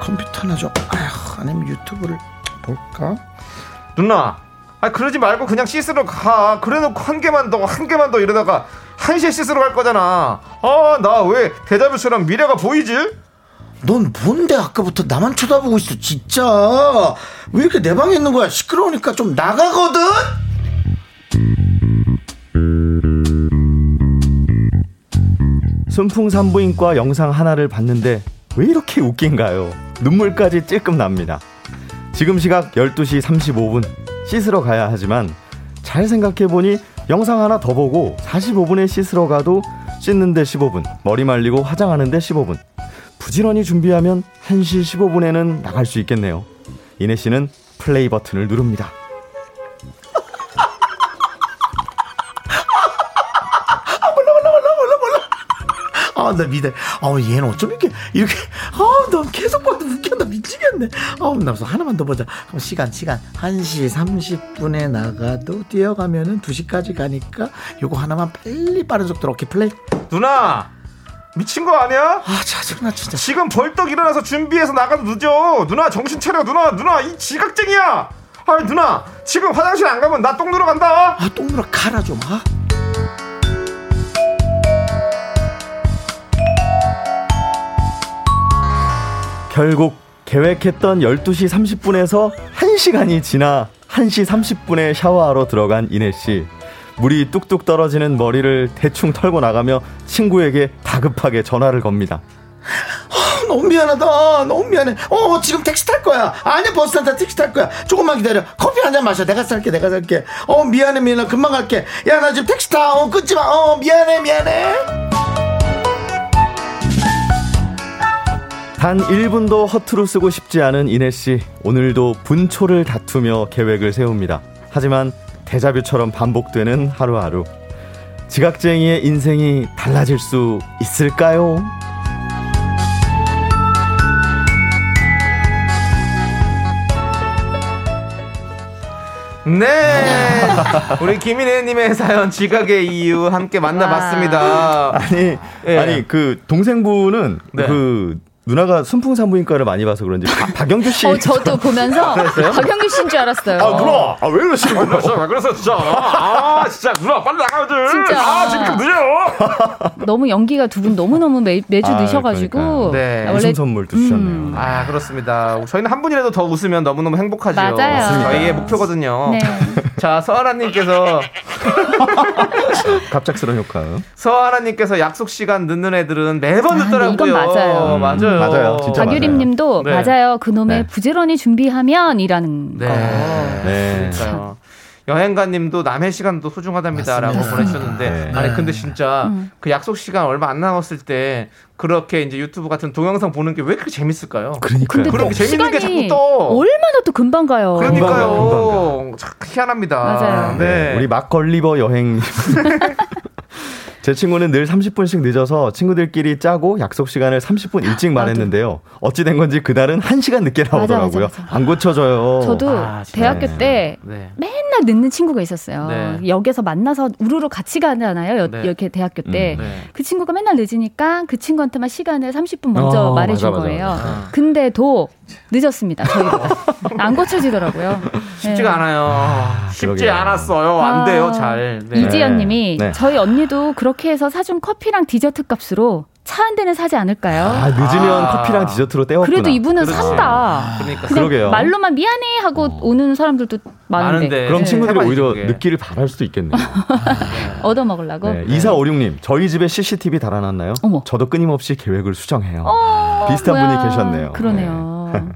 컴퓨터나 좀. 아휴, 아니면 유튜브를 볼까? 누나 아 그러지 말고 그냥 씻으러 가 그래놓고 한 개만 더 한 개만 더 이러다가 1시에 씻으러 갈 거잖아. 아, 나 왜 대자뷰처럼 미래가 보이지? 넌 뭔데 아까부터 나만 쳐다보고 있어 진짜 왜 이렇게 내 방에 있는 거야 시끄러우니까 좀 나가거든 순풍산부인과 영상 하나를 봤는데 왜 이렇게 웃긴가요? 눈물까지 찔끔 납니다. 지금 시각 12시 35분 씻으러 가야 하지만 잘 생각해보니 영상 하나 더 보고 45분에 씻으러 가도 씻는데 15분, 머리 말리고 화장하는데 15분. 부지런히 준비하면 1시 15분에는 나갈 수 있겠네요. 이내 씨는 플레이 버튼을 누릅니다. 아 몰라 몰라 몰라 몰라 몰라 아나 미대 아우 얘는 어쩜 이렇게 이렇게 아우 나 계속 봐도 웃겨 나 미치겠네 아우 나 무슨 하나만 더 보자 그럼 시간 시간 1시 30분에 나가도 뛰어가면은 2시까지 가니까 요거 하나만 빨리 빠른 속도로 오케이 플레이 누나 미친 거 아니야? 아 짜증나 진짜 지금 벌떡 일어나서 준비해서 나가도 늦어. 누나 정신 차려. 누나 누나 이 지각쟁이야. 아 누나 지금 화장실 안 가면 나 똥 누러 간다. 아 똥물아 가라 좀 아. 결국 계획했던 12시 30분에서 1시간이 지나 1시 30분에 샤워하러 들어간 이내 씨. 물이 뚝뚝 떨어지는 머리를 대충 털고 나가며 친구에게 다급하게 전화를 겁니다. 아, 너무 미안하다. 너무 미안해. 어, 지금 택시 탈 거야. 아니야, 버스 탄다. 택시 탈 거야. 조금만 기다려. 커피 한 잔 마셔. 내가 살게, 내가 살게. 어, 미안해, 미안해. 금방 갈게. 야, 나 지금 택시 타. 어, 끊지 마. 어, 미안해, 미안해. 단 1분도 허투루 쓰고 싶지 않은 이내 씨. 오늘도 분초를 다투며 계획을 세웁니다. 하지만 대자뷰처럼 반복되는 하루하루. 지각쟁이의 인생이 달라질 수 있을까요? 네. 우리 김인혜님의 사연 지각의 이유 함께 만나봤습니다. 아니, 예. 아니 그 동생분은 네. 그 누나가 순풍산부인과를 많이 봐서 그런지 아, 박- 박영규 씨. 어, 저도 보면서 그랬어요? 박영규 씨인 줄 알았어요. 아 누나, 아왜 이러시는 거예요? 진짜 왜 그랬어 진짜. 아 진짜 누나 빨리 나가야지. 진짜. 아 지금 좀 늦어요. 너무 연기가 두 분 너무너무 매, 매주 아, 드셔가지고. 그러니까요. 네. 원래 무슨 선물 주셨네요. 아 그렇습니다. 저희는 한 분이라도 더 웃으면 너무너무 행복하죠. 맞아요. 맞습니다. 저희의 목표거든요. 네. 자 서하라님께서 갑작스러운 효과요. 서하라님께서 약속 시간 늦는 애들은 매번 아, 늦더라고요. 이건 맞아요. 맞아요. 음, 맞아요. 진짜 맞아요. 박유림 님도 네. 맞아요. 그놈의 네. 부지런히 준비하면 이라는 네. 거. 네. 그러니까요. 여행가님도 남의 시간도 소중하답니다라고 보내셨는데 네. 아니 근데 진짜 그 약속 시간 얼마 안 남았을 때 그렇게 이제 유튜브 같은 동영상 보는 게 왜 그렇게 재밌을까요? 그러니까. 근데 그럼 또뭐 재밌는 게 시간이 자꾸 떠. 얼마나 또 금방 가요. 그러니까요. 금방 참 희한합니다. 맞아요. 네. 우리 막걸리버 여행. 제 친구는 늘 30분씩 늦어서 친구들끼리 짜고 약속 시간을 30분 일찍 말했는데요. 어찌 된 건지 그날은 1시간 늦게 나오더라고요. 맞아, 맞아. 안 고쳐져요. 저도 아, 진짜. 대학교 때 네. 맨날 늦는 친구가 있었어요. 네. 역에서 만나서 우르르 같이 가잖아요. 여- 네. 이렇게 대학교 때. 네. 그 친구가 맨날 늦으니까 그 친구한테만 시간을 30분 먼저 어, 말해준 맞아, 맞아, 거예요. 맞아. 근데도 늦었습니다. 저희가 안 고쳐지더라고요. 쉽지가 네. 않아요. 쉽지 그러게요. 않았어요. 안 아, 돼요, 잘. 네. 이지연님이 네. 저희 언니도 그렇게 해서 사준 커피랑 디저트 값으로 차 한 대는 사지 않을까요? 아, 늦으면 아. 커피랑 디저트로 때웠구나. 그래도 이분은 그렇지. 산다. 그러니까 그냥 그러게요. 말로만 미안해 하고 오는 사람들도 많은데. 많은데, 어. 그럼 네. 친구들이 해봐야지, 오히려 그게. 늦기를 바랄 수도 있겠네요. 얻어 먹으려고. 네, 2456님, 저희 집에 CCTV 달아놨나요? 뭐? 어머. 어. 저도 끊임없이 계획을 수정해요. 비슷한 분이 계셨네요. 그러네요.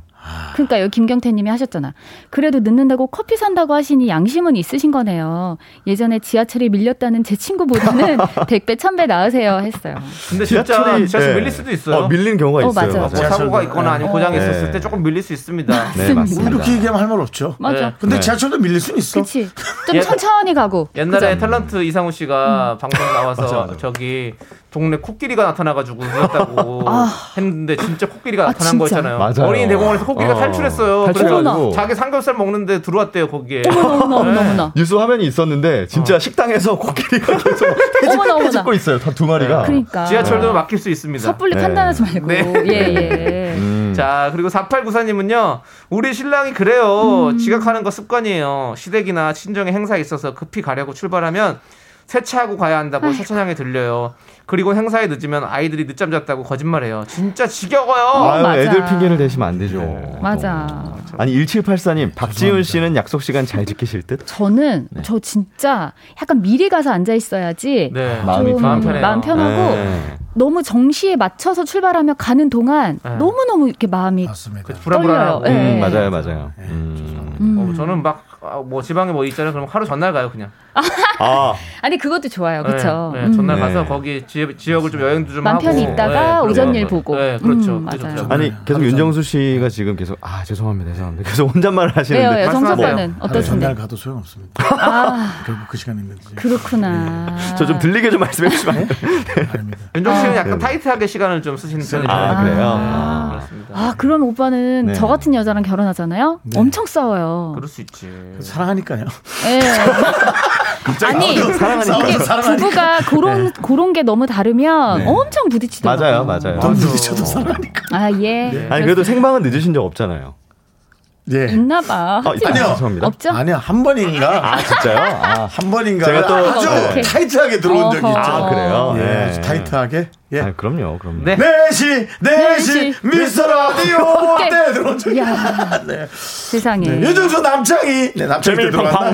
그러니까요, 김경태님이 하셨잖아. 그래도 늦는다고 커피 산다고 하시니 양심은 있으신 거네요. 예전에 지하철이 밀렸다는 제 친구보다는 100배, 1000배 나으세요 했어요. 근데 진짜 지하철이 지하철 네. 밀릴 수도 있어요. 어, 밀리는 경우가 어, 있어요. 맞아요. 맞아요. 뭐 사고가 있거나 아니면 고장이 네. 있었을 때 조금 밀릴 수 있습니다. 네, 뭐 맞습니다. 이렇게 얘기하면 할 말 없죠. 맞아. 그 네. 근데 네. 지하철도 밀릴 순 있어. 그치. 좀 예. 천천히 가고. 옛날에 그죠? 음. 탤런트 이상우 씨가 방송 나와서 맞아, 맞아. 저기 동네 코끼리가 나타나가지고 웃었다고 했는데 진짜 코끼리가 아, 나타난 진짜? 거 있잖아요. 맞아요. 어린이 대공원에서 코끼리가 어. 탈출했어요. 그래서 탈출해가지고. 자기 삼겹살 먹는데 들어왔대요 거기에. 어머나, 어머나, 어머나. 뉴스 화면이 있었는데 진짜 식당에서 코끼리가 계속 네. 어머나, 어머나. 찍고 있어요. 다 두 마리가. 그러니까. 지하철도 막힐 수 있습니다. 섣불리 네. 판단하지 말고. 네. 예, 예. 음. 자, 그리고 4894님은요, 우리 신랑이 음. 그래요. 지각하는 거 습관이에요. 시댁이나 친정의 행사에 있어서 급히 가려고 출발하면 세차하고 가야 한다고 세차장에 들려요. 그리고 행사에 늦으면 아이들이 늦잠 잤다고 거짓말해요. 진짜 지겨워요. 아유, 애들 핑계를 대시면 안 되죠. 어, 네. 맞아. 아니 1784님 박지훈 씨는 약속 시간 잘 지키실 듯? 저는 저 진짜 약간 미리 가서 앉아 있어야지 네, 아, 좀 마음이 편해요. 마음 편하고 네. 너무 정시에 맞춰서 출발하며 가는 동안 네. 너무 너무 이렇게 마음이 그치, 불안불안하고. 떨려요. 음. 예. 음, 맞아요, 맞아요. 어, 저는 막 뭐 지방에 뭐 있잖아요. 그럼 하루 전날 가요 그냥. 아, 아니 그것도 좋아요, 그렇죠? 네, 네, 전날 음. 가서 거기 지, 지역을 좀 여행도 좀 맘 하고. 편히 있다가 그리고 오전 일 뭐- 보고. 네, 그렇죠. 음, 그게 좀 맞아요. 아니 계속 윤정수 씨가 지금 계속 아 죄송합니다, 죄송합니다. 계속 혼잣말을 하시는데. 왜요, 왜요? 네, 어, 정 작가는 말씀하세요. 네. 아, 어떠신데? 전날 가도 소용없습니다. 결국 그 시간에 있는 거지. 아. 그렇구나. 네. 저 좀 들리게 좀 말씀해 주시면 안 돼요? 윤종 씨는 아. 약간 네. 타이트하게 시간을 좀 쓰시는 편이죠. 아, 그래요? 아, 아. 그렇습니다. 아 그럼 오빠는 네. 저 같은 여자랑 결혼하잖아요? 네. 엄청 싸워요. 그럴 수 있지. 사랑하니까요. 그렇죠. 예. 아니 이게 부부가 그런 그런 게 너무 다르면 네. 엄청 맞아요, 부딪히더라고요. 맞아요. 돈 부딪혀도 아 예. 아니 그래도 생방은 늦으신 적 없잖아요. 예. 있나 봐. 아, 있다. 죄송합니다. 없죠? 아니요, 한 번인가? 아 진짜요? 아. 한 번인가? 제가 또- 아주 어, 네. 오케이. 타이트하게 들어온 적이 있죠. 아 그래요? 예, 네. 아주 타이트하게. 예. 아 그럼요, 그럼요. 네. 4시, 4시, 미스터 라디오 오케이. 때 아, 네, 들어온 적이 네. 야. 네. 세상에. 네. 윤정수 남창이. 네, 남창이 때 들어왔나?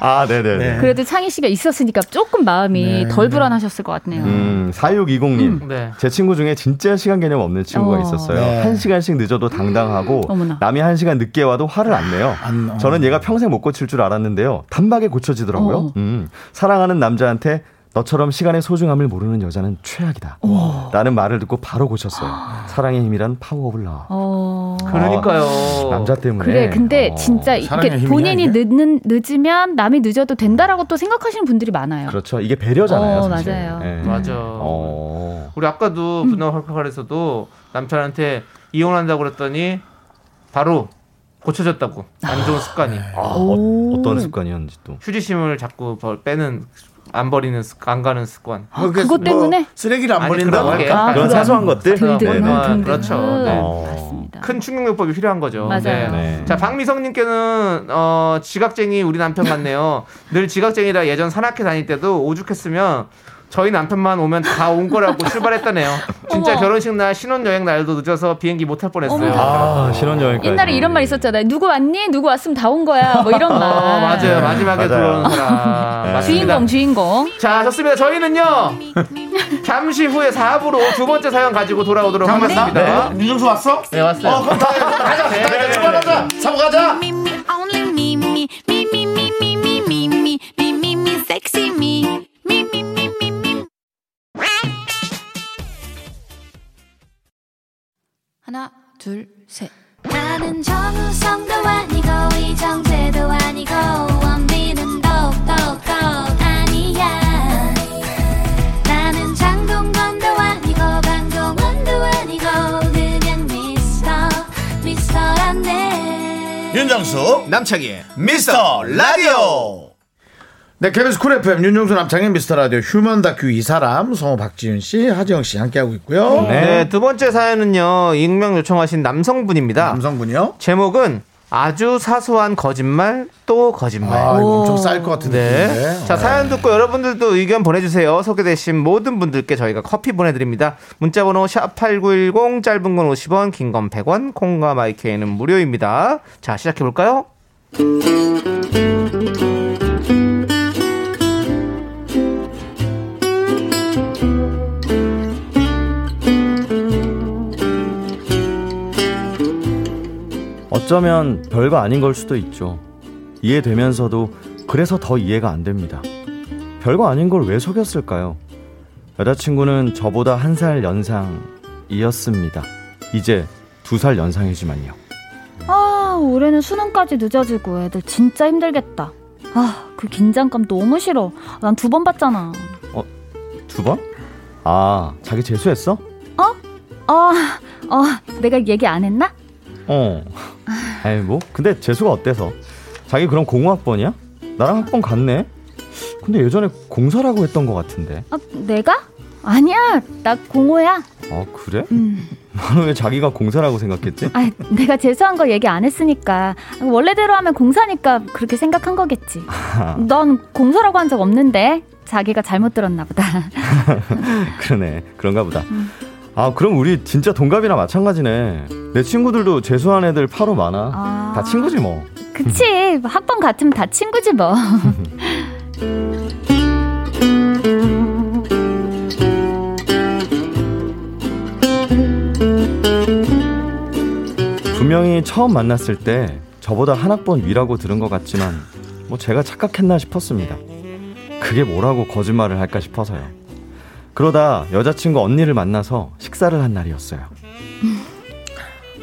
아 네네. 네. 그래도 창희 씨가 있었으니까 조금 마음이 덜 불안하셨을 것 같네요. 음, 4620님. 네. 제 친구 중에 진짜 시간 개념 없는 친구가 어. 있었어요. 네. 한시간씩 늦어도 당당하고 어머나. 남이 한시간 늦게 와도 화를 안 내요. 안- 어. 저는 얘가 평생 못 고칠 줄 알았는데요. 단박에 고쳐지더라고요. 어. 음, 사랑하는 남자한테 너처럼 시간의 소중함을 모르는 여자는 최악이다. 어. 라는 말을 듣고 바로 고쳤어요. 사랑의 힘이란 파워업을 넣어. 어. 네. 그러니까요. 아, 남자 때문에. 그래, 근데 어. 진짜 이게 사랑의 힘이냐, 본인이 이게? 늦는 늦으면 남이 늦어도 된다라고 또 생각하시는 분들이 많아요. 그렇죠. 이게 배려잖아요. 어, 사실. 맞아요. 예. 맞아. 어. 우리 아까도 음. 분노 활발에서도 남편한테 이혼한다고 그랬더니 바로 고쳐졌다고 안 좋은 습관이 아, 어, 어떤 습관이었는지 또. 휴지심을 자꾸 벌- 빼는 안 버리는 습- 안 가는 습관. 뭐, 그, 아, 그것 뭐, 때문에? 쓰레기를 안 아니, 버린다고 그런 게. 할까? 아, 그런 그럼. 사소한 것들. 들들은 네네. 네, 등등. 그렇죠. 네. 음, 맞습니다. 큰 충격요법이 필요한 거죠. 맞아요. 네. 자 박미성님께는 어, 지각쟁이 우리 남편 같네요. 늘 지각쟁이라 예전 산악회 다닐 때도 오죽했으면 저희 남편만 오면 다 온 거라고 출발했다네요. 진짜 어머. 결혼식 날 신혼여행 날도 늦어서 비행기 못 탈 뻔했어요. 어머나. 아, 신혼여행까지. 옛날에 이런 말 있었잖아요. 누구 왔니? 누구 왔으면 다 온 거야. 뭐 이런 말. 어, 맞아요. 마지막에 맞아요. 들어오는 사람. 네. 맞습니다. 주인공, 주인공. 자, 좋습니다. 저희는요. 잠시 후에 4부로 두 번째 사연 가지고 돌아오도록 잠깐만 나 하겠습니다. 네. 윤정수 왔어? 네, 왔어요. 네. 어 그럼 다 가자 다 가자 출발하자 사고 가자 Me, me, only me, me, me, me, me, me, me, me, me, me, me, me, sexy me. Me, me, me, me, me. 하나, 둘, 셋. 나는 정우성도 아니고 이정재도 아니고 원빈은 더욱더 아니야 나는 장동건도 아니고 강동원도 아니고 그냥 미스터 미스터란데 윤정수 남창희 미스터 라디오 네, KBS 쿨 FM 윤종수 남창의 미스터 라디오 휴먼 다큐 이 사람 성우 박지윤 씨, 하지영 씨 함께하고 있고요. 네, 두 번째 사연은요. 익명 요청하신 남성분입니다. 남성분이요. 제목은 아주 사소한 거짓말 또 거짓말. 아, 이거 엄청 쌀 것 같은 네. 느낌인데. 자, 사연 듣고 여러분들도 의견 보내주세요. 소개되신 모든 분들께 저희가 커피 보내드립니다. 문자번호 샵8910, 짧은 건 50원, 긴 건 100원, 콩과 마이케이는 무료입니다. 자, 시작해볼까요? 어쩌면 별거 아닌 걸 수도 있죠. 이해되면서도 그래서 더 이해가 안 됩니다. 별거 아닌 걸 왜 속였을까요? 여자친구는 저보다 한 살 연상이었습니다. 이제 두 살 연상이지만요. 아, 올해는 수능까지 늦어지고 애들 진짜 힘들겠다. 아, 그 긴장감 너무 싫어. 난 두 번 봤잖아. 두 번? 아, 자기 재수했어? 어, 어, 내가 얘기 안 했나? 어. 아이 뭐? 근데 재수가 어때서? 자기 그럼 공우학번이야? 나랑 학번 같네. 근데 예전에 공사라고 어, 했던 것 같은데. 아, 내가? 아니야, 나 공호야. 아 그래? 나는 왜 자기가 공사라고 생각했지? 아, 내가 재수한 걸 얘기 안 했으니까 원래대로 하면 공사니까 그렇게 생각한 거겠지. 넌 공사라고 한 적 없는데 자기가 잘못 들었나 보다. 그러네. 그런가 보다. 아, 그럼 우리 진짜 동갑이나 마찬가지네. 내 친구들도 재수한 애들 파로 많아. 아. 다 친구지 뭐. 그치 뭐 학번 같으면 다 친구지 뭐. 분명히 처음 만났을 때 저보다 한 학번 위라고 들은 것 같지만 뭐 제가 착각했나 싶었습니다. 그게 뭐라고 거짓말을 할까 싶어서요. 그러다 여자친구 언니를 만나서 식사를 한 날이었어요.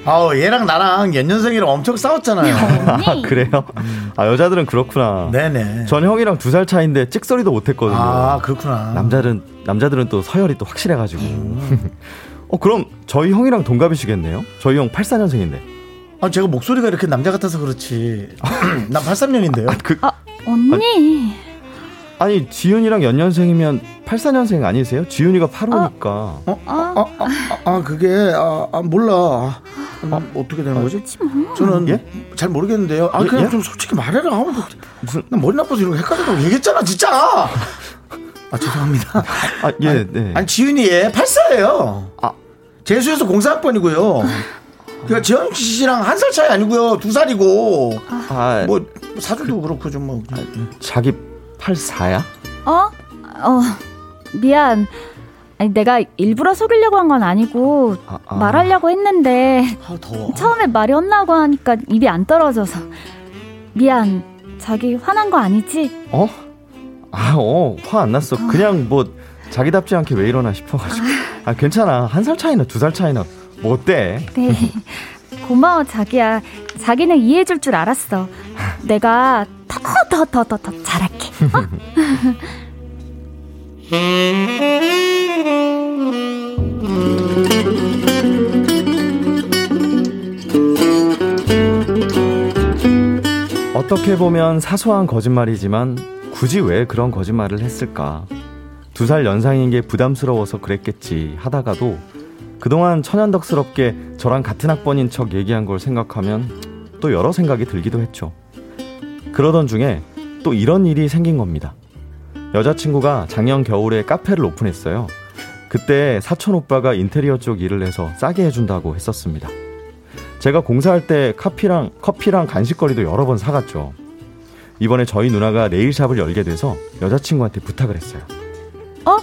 아우 얘랑 나랑 연년생이랑 엄청 싸웠잖아요. 아, 그래요? 아, 여자들은 그렇구나. 네네. 전 형이랑 두 살 차인데 찍소리도 못했거든요. 아 그렇구나. 남자들은 남자들은 또 서열이 또 확실해가지고. 어 그럼 저희 형이랑 동갑이시겠네요? 저희 형 84년생인데. 아 제가 목소리가 이렇게 남자 같아서 그렇지. 난 83년인데요. 그 언니. 아니 지윤이랑 연년생이면 84년생 아니세요? 지윤이가 8호니까. 어? 아, 아, 아, 아, 그게 아, 아, 몰라. 아, 뭐 어떻게 되는 거지? 저는 잘 모르겠는데요. 아 예, 그냥 예? 좀 솔직히 말해라. 아, 뭐, 난 머리 나빠서 이런 거 헷갈린다고 얘기했잖아, 진짜. 아 죄송합니다. 아 예, 아. 네. 아니 지윤이 얘 84예요. 재수에서 공사학번이고요. 그러니까 지현 씨랑 한 살 차이 아니고요. 두 살이고. 아, 뭐 사주도 그렇고 좀 뭐. 자기 84야? 어? 어 미안. 아니 내가 일부러 속이려고 한 건 아니고 아. 말하려고 했는데 처음에 말이 엇나고 하니까 입이 안 떨어져서 미안. 자기 화난 거 아니지? 어? 아, 어, 화 안 났어. 그냥 뭐 자기답지 않게 왜 이러나 싶어가지고. 아, 괜찮아. 한 살 차이나 두 살 차이나 뭐 어때? 네. 고마워 자기야. 자기는 이해해줄 줄 알았어. 내가 더 더 더 더 더 잘할게. 어떻게 보면 사소한 거짓말이지만 굳이 왜 그런 거짓말을 했을까? 두 살 연상인 게 부담스러워서 그랬겠지 하다가도 그동안 천연덕스럽게 저랑 같은 학번인 척 얘기한 걸 생각하면 또 여러 생각이 들기도 했죠. 그러던 중에 또 이런 일이 생긴 겁니다. 여자친구가 작년 겨울에 카페를 오픈했어요. 그때 사촌 오빠가 인테리어 쪽 일을 해서 싸게 해준다고 했었습니다. 제가 공사할 때 커피랑 커피랑 간식거리도 여러 번 사갔죠. 이번에 저희 누나가 네일샵을 열게 돼서 여자친구한테 부탁을 했어요. 어?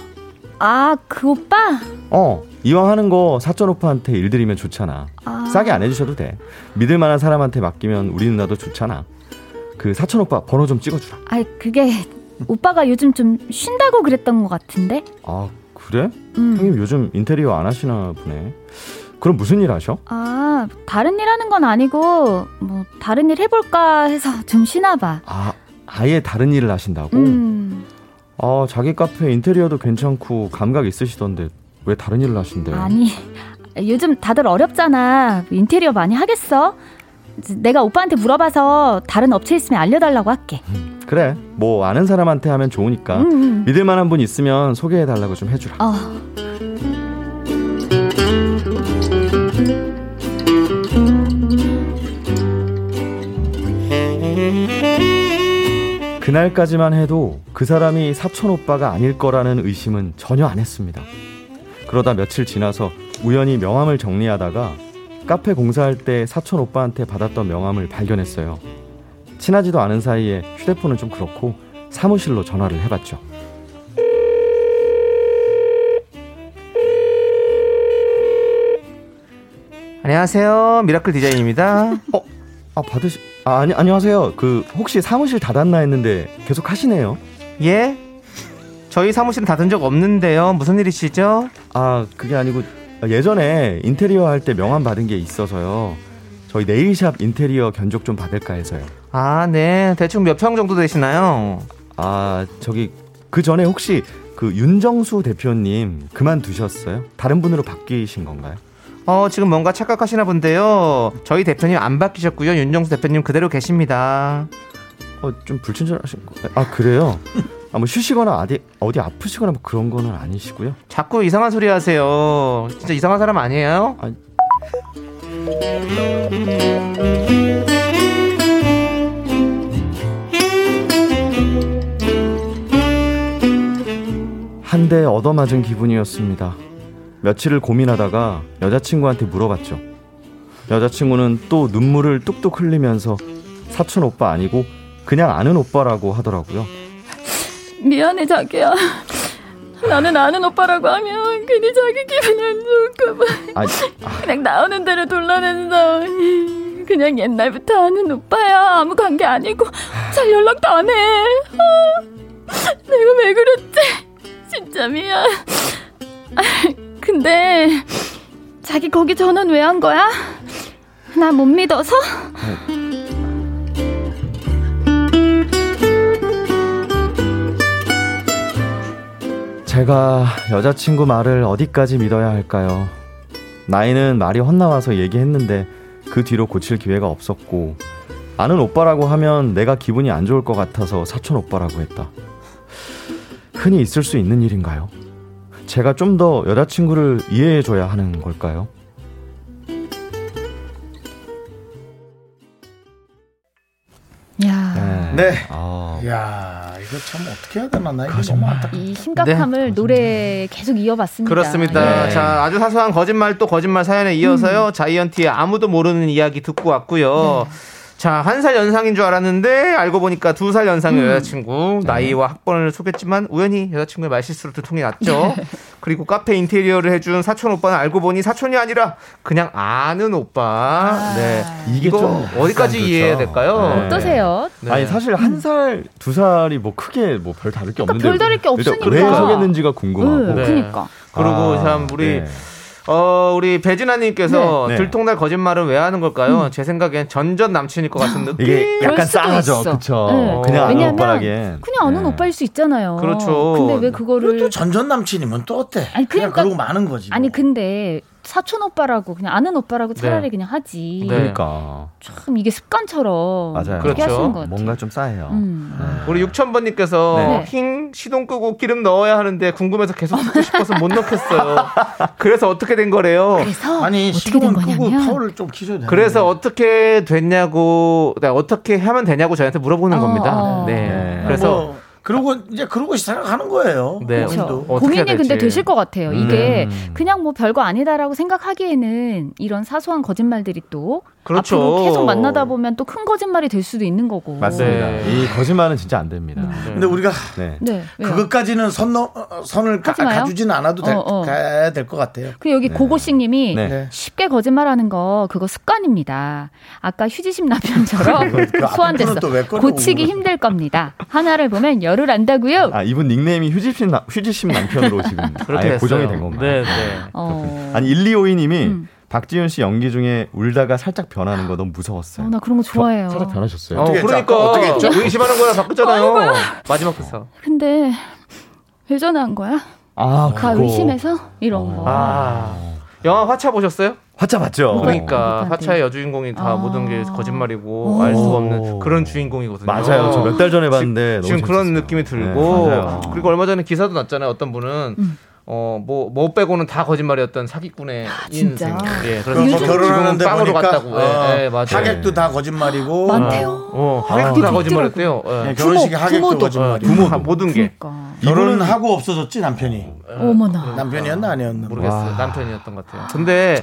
아 그 오빠? 어, 이왕 하는 거 사촌 오빠한테 일드리면 좋잖아. 아. 싸게 안 해주셔도 돼. 믿을 만한 사람한테 맡기면 우리 누나도 좋잖아. 그 사촌 오빠 번호 좀 찍어주라. 아 그게 오빠가 요즘 좀 쉰다고 그랬던 것 같은데? 아, 그래? 음. 형님 요즘 인테리어 안 하시나 보네. 그럼 무슨 일 하셔? 아 다른 일 하는 건 아니고 뭐 다른 일 해볼까 해서 좀 쉬나 봐. 아, 아예 다른 일을 하신다고? 음 아, 자기 카페 인테리어도 괜찮고 감각 있으시던데 왜 다른 일을 하신대요? 아니 요즘 다들 어렵잖아. 인테리어 많이 하겠어? 내가 오빠한테 물어봐서 다른 업체 있으면 알려달라고 할게. 그래 뭐 아는 사람한테 하면 좋으니까 음, 음. 믿을 만한 분 있으면 소개해 달라고 좀 해주라 어. 그날까지만 해도 그 사람이 사촌 오빠가 아닐 거라는 의심은 전혀 안 했습니다 그러다 며칠 지나서 우연히 명함을 정리하다가 카페 공사할 때 사촌 오빠한테 받았던 명함을 발견했어요 친하지도 않은 사이에 휴대폰은 좀 그렇고 사무실로 전화를 해봤죠 안녕하세요. 미라클 디자인입니다. 어, 아 받으시 아 아니 안녕하세요. 그 혹시 사무실 닫았나 했는데 계속 하시네요. 예? 저희 사무실은 닫은 적 없는데요. 무슨 일이시죠? 아 그게 아니고 예전에 인테리어 할 때 명함 받은 게 있어서요. 저희 네일샵 인테리어 견적 좀 받을까 해서요. 아, 네. 대충 몇 평 정도 되시나요? 아 저기 그 전에 혹시 그 윤정수 대표님 그만두셨어요? 다른 분으로 바뀌신 건가요? 어, 지금 뭔가 착각하시나 본데요. 저희 대표님 안 바뀌셨고요. 윤정수 대표님 그대로 계십니다. 어, 좀 불친절하신 거. 아 그래요? 아 뭐 쉬시거나 어디 어디 아프시거나 뭐 그런 거는 아니시고요. 자꾸 이상한 소리 하세요. 진짜 이상한 사람 아니에요? 아니, 한 대 얻어맞은 기분이었습니다. 며칠을 고민하다가 여자친구한테 물어봤죠. 여자친구는 또 눈물을 뚝뚝 흘리면서 사촌 오빠 아니고 그냥 아는 오빠라고 하더라고요. 미안해 자기야. 나는 아는 오빠라고 하면 괜히 자기 기분 안 좋을까봐 아, 그냥 나오는 대로 돌려낸다. 그냥 옛날부터 아는 오빠야. 아무 관계 아니고 잘 연락도 안 해. 아, 내가 왜 그랬지? 진짜 미안. 아, 근데 자기 거기 전원 왜 한 거야? 나 못 믿어서? 제가 여자친구 말을 어디까지 믿어야 할까요? 나이는 말이 헛나와서 얘기했는데 그 뒤로 고칠 기회가 없었고 아는 오빠라고 하면 내가 기분이 안 좋을 것 같아서 사촌 오빠라고 했다. 흔히 있을 수 있는 일인가요? 제가 좀 더 여자친구를 이해해줘야 하는 걸까요? 야. 네. 아, 야 이거 참 어떻게 해야 되나 나 이거 너무 안타깝다. 이 심각함을 노래 계속 이어봤습니다. 네. 그렇습니다. 네. 예. 자, 아주 사소한 거짓말 또 거짓말 음. 사연에 이어서요. 자이언티의 아무도 모르는 이야기 듣고 왔고요. 네. 자, 한 살 연상인 줄 알았는데 알고 보니까 두 살 연상의 음. 여자친구 나이와 학번을 속였지만 우연히 여자친구의 말실수로 두통이 났죠. 네. 그리고 카페 인테리어를 해준 사촌 오빠는 알고 보니 사촌이 아니라 그냥 아는 오빠. 네. 이게 이거 좀 약간 어디까지 그렇죠. 이해해야 될까요? 네. 어떠세요? 네. 아니 사실 한 살, 두 살이 뭐 크게 뭐 별 다를 게 그러니까 없는데 별 다를 게 일단 없으니까. 왜 속였는지가 궁금하고. 네, 네. 그러니까. 그리고 아, 참 우리 네. 어 우리 배진아님께서 네. 음. 들통날 거짓말은 왜 하는 걸까요? 제 생각엔 전전 남친일 것 같은 느낌. 이게 약간 싸하죠, 그쵸? 그냥 아는 왜냐면 음. 오빠라기엔. 그냥 아는 오빠일 수 있잖아요. 네. 그렇죠. 근데 왜 그거를 또 전전 남친이면 또 어때? 음. 아니 그냥 그러니까 그러고 마는 거지. 뭐. 아니 근데 사촌 오빠라고 그냥 아는 오빠라고 차라리 네. 그냥 하지. 그러니까 참 이게 습관처럼 맞아요. 네. 그렇게 그렇죠. 하시는 것 같아요. 음. 뭔가 좀 싸해요. 우리 6000번님께서 네. 흰 시동 끄고 기름 넣어야 하는데 궁금해서 계속 듣고 싶어서 못 넣겠어요. 그래서 어떻게 된 거래요? 그렇죠. 그래서 아니 시동은 끄고 파워를 좀 키셔야 뭐, 돼. 그래서 어떻게 됐냐고, 네, 어떻게 하면 되냐고 저희한테 물어보는 겁니다. 어. 네. 네. 그래서 뭐, 그러고 이제 그러고 생각하는 거예요. 네. 본인도. 그렇죠. 고민이 근데 되실 것 같아요. 이게 음. 그냥 뭐 별거 아니다라고 생각하기에는 이런 사소한 거짓말들이 또 그렇죠. 앞으로 계속 만나다 보면 또 큰 거짓말이 될 수도 있는 거고. 네. 맞습니다. 이 거짓말은 진짜 안 됩니다. 근데 우리가 네. 네. 왜요? 그것까지는 선 넘, 어, 선을 가, 하지 마요. 가주진 않아도 될, 어, 어. 가야 될 것 같아요. 그 여기 고고씨님이 네. 쉽게 거짓말하는 거 그거 습관입니다. 아까 휴지심 남편처럼 그, 그 앞에 소환됐어. 거는 또왜 꺼내고 고치기 그러는 힘들 겁니다. 하나를 보면 열을 안다고요. 아 이분 닉네임이 휴지심 나, 휴지심 남편으로 지금 그렇게 아예 됐어요. 고정이 된 건가요? 네, 네. 어, 아니 1252님이 박지윤 씨 연기 중에 울다가 살짝 변하는 거 너무 무서웠어요. 어, 나 그런 거 좋아해요. 살짝 변하셨어요. 어, 그러니까 어떻게 했죠? 어, 의심하는 거랑 바꾸잖아요. 마지막 부서. 근데 왜 전화한 거야? 아, 다 그거. 의심해서 이런 거. 아. 영화 화차 보셨어요? 화차 봤죠. 그러니까 화차의 여주인공이 아. 다 모든 게 거짓말이고 알 수가 없는 그런 주인공이거든요. 맞아요. 저 몇 달 전에 봤는데 지금 너무 그런 느낌이 들고 네, 맞아요. 그리고 얼마 전에 기사도 났잖아요. 어떤 분은 음. 어 뭐 뭐 빼고는 다 거짓말이었던 사기꾼의 아, 진짜? 인생. 예, 그래서 뭐 결혼하는데 빵으로 보니까 어, 갔다고. 예, 예, 맞아요. 하객도 다 거짓말이고 많대요. 어, 하객도 아. 다 거짓말했대요. 예. 네, 음. 결혼식에 하객도 거짓말이고 부모 다 모든 게 그러니까. 결혼은 하고 없어졌지 남편이. 어머나. 남편이었나 아니었나 모르겠어요. 남편이었던 것 같아요. 근데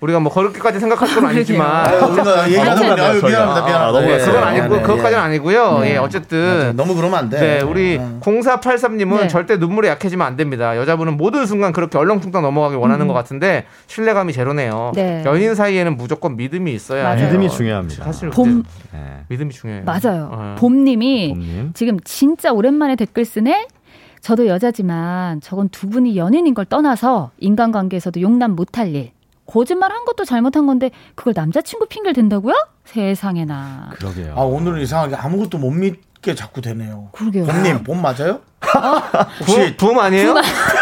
우리가 뭐 그렇게까지 생각할 건 아니지만 네. 아유, 우리가 얘기하는 건 아유, 저희가. 미안합니다, 미안합니다. 네, 넘어갔어요. 그건 아니고 네, 네, 그것까지는 예. 아니고요. 네. 예, 어쨌든 너무 그러면 안 돼. 어. 네, 우리 0483님은 네. 절대 눈물에 약해지면 안 됩니다. 여자분은 모든 순간 그렇게 얼렁뚱땅 넘어가기 원하는 것 같은데 신뢰감이 제로네요. 음. 네. 연인 사이에는 무조건 믿음이 있어야 맞아요. 해요. 네. 믿음이 중요합니다. 사실 봄- 근데 믿음이 네. 중요해요. 맞아요. 어. 봄님이 지금 진짜 오랜만에 댓글 쓰네. 저도 여자지만 저건 두 분이 연인인 걸 떠나서 인간관계에서도 용납 못할 일. 거짓말 한 것도 잘못한 건데 그걸 남자친구 핑계를 댄다고요? 세상에나. 그러게요. 아 오늘은 이상하게 아무것도 못 믿게 자꾸 되네요. 그러게요. 봄님 봄 맞아요? 혹시 붐 아니에요?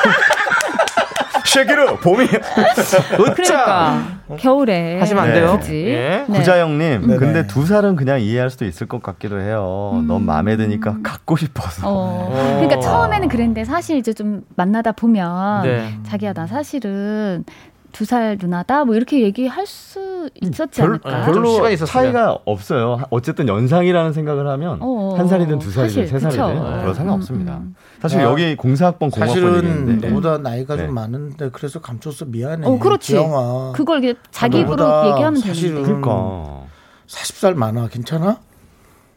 쉐기로 봄이 그러니까 겨울에 어? 하시면 안 돼요. 예. 그치? 예? 네. 구자영님, 근데 두 살은 그냥 이해할 수도 있을 것 같기도 해요. 너무 마음에 드니까 갖고 싶어서. 어, 그러니까 처음에는 그랬는데 사실 이제 좀 만나다 보면 네. 자기야 나 사실은 두 살 누나다 뭐 이렇게 얘기할 수 있었지 음, 별, 아, 않을까? 별로 차이가 없어요. 어쨌든 연상이라는 생각을 하면 어어. 한 살이든 두 살이든 사실, 세 살이든 네. 그쵸. 별로 상관없습니다. 사실 아, 여기 공사학번 사실은 공학번이는데 너보다 나이가 네. 좀 많은데 그래서 감췄어 미안해. 어, 그렇지. 지영아. 그걸 이렇게 자기 너보다 입으로 얘기하면 사실은 되는데. 그러니까. 40살 많아 괜찮아?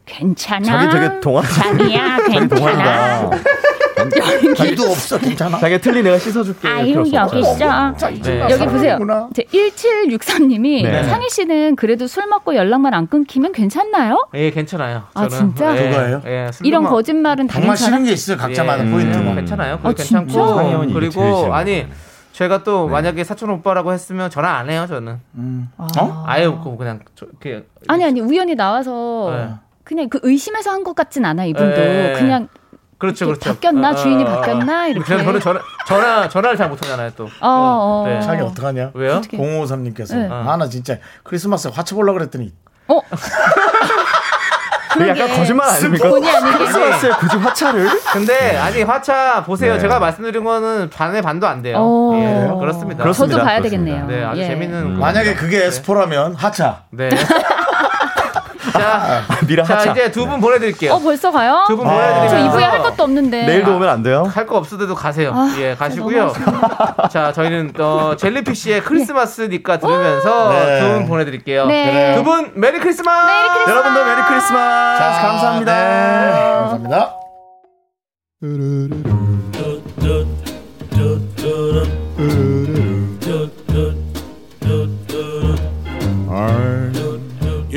괜찮아. 자기 되게 동안 자기야, 자기 괜찮아. 동안이다. 자기도 없어 괜찮아. 자기 틀린 애가 씻어줄게. 아유 이렇게 여기 없어. 있어. 네. 여기 보세요. 제 1763님이 네. 상희 씨는 그래도 술 먹고 연락만 안 끊기면 괜찮나요? 예, 괜찮아요. 아, 저는. 진짜? 예, 누가예요? 예, 술도 이런 막- 거짓말은 다 괜찮아. 게 있어요, 예. 각자마다 뭐. 포인트가. 음. 괜찮아요. 그거 예. 아, 진짜? 괜찮고. 상현이 제일 그리고 싫어하는 아니 네. 제가 또 만약에 사촌 오빠라고 했으면 전화 안 해요, 저는. 음. 어? 아예 없고 그냥 저, 이렇게 아니 아니 우연히 나와서 네. 그냥 그 의심해서 한 것 같진 않아 이분도 예. 그냥 그렇죠, 이렇게 그렇죠. 바뀌었나? 어, 주인이 어, 어. 바뀌었나? 이렇게. 그래서 저는 전화 전화 전화를 잘 못하잖아요, 또. 어, 어. 네. 자기 어떡하냐? 왜요? 0553님께서 네. 아 나 진짜 크리스마스 화쳐 보려고 그랬더니 어? 그게 약간 거짓말 아닙니까? 크리스마스에 굳이 화차를? 근데 아니 화차 보세요. 네. 제가 말씀드린 거는 반의 반도 안 돼요. 어. 예, 그래요? 그렇습니다. 그렇습니다. 저도 봐야 되겠네요. 네, 아주 예. 재밌는. 음. 겁니다. 음. 만약에 그게 네. 에스포라면 하차. 네. 자, 미라 자 하차. 이제 두 분 보내드릴게요. 어 벌써 가요? 두분 보내드릴게요. 저 이부에 할 아. 것도 없는데. 아. 내일도 오면 안 돼요? 할 거 없어도 가세요. 아, 예, 가시고요. 자, 저희는 어, 젤리피쉬의 크리스마스니까 들으면서 네. 두 분 보내드릴게요. 네. 그래요. 두 분 메리 크리스마스! 여러분도 메리 크리스마스. 아, 자, 네, 감사합니다. 감사합니다.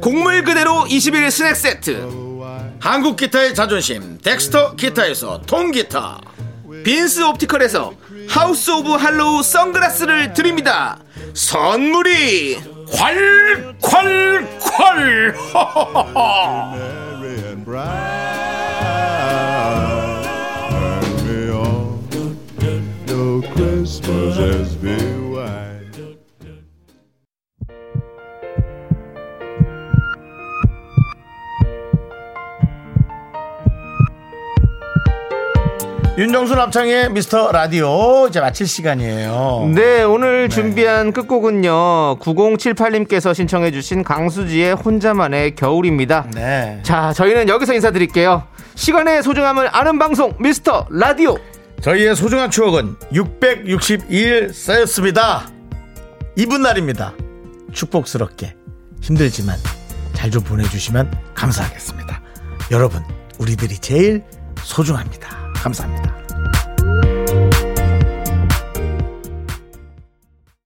곡물 그대로 21 스낵 세트. 한국 기타의 자존심 덱스터 기타에서 통기타 빈스 옵티컬에서 하우스 오브 할로우 선글라스를 드립니다. 선물이 콸콸콸 윤정수 남창의 미스터 라디오 이제 마칠 시간이에요. 네, 오늘 준비한 끝곡은요. 9078님께서 신청해 주신 강수지의 혼자만의 겨울입니다. 네. 자, 저희는 여기서 인사드릴게요. 시간의 소중함을 아는 방송 미스터 라디오. 저희의 소중한 추억은 662일 쌓였습니다. 이분 날입니다. 축복스럽게 힘들지만 잘 좀 보내주시면 감사하겠습니다. 여러분, 우리들이 제일 소중합니다. 감사합니다.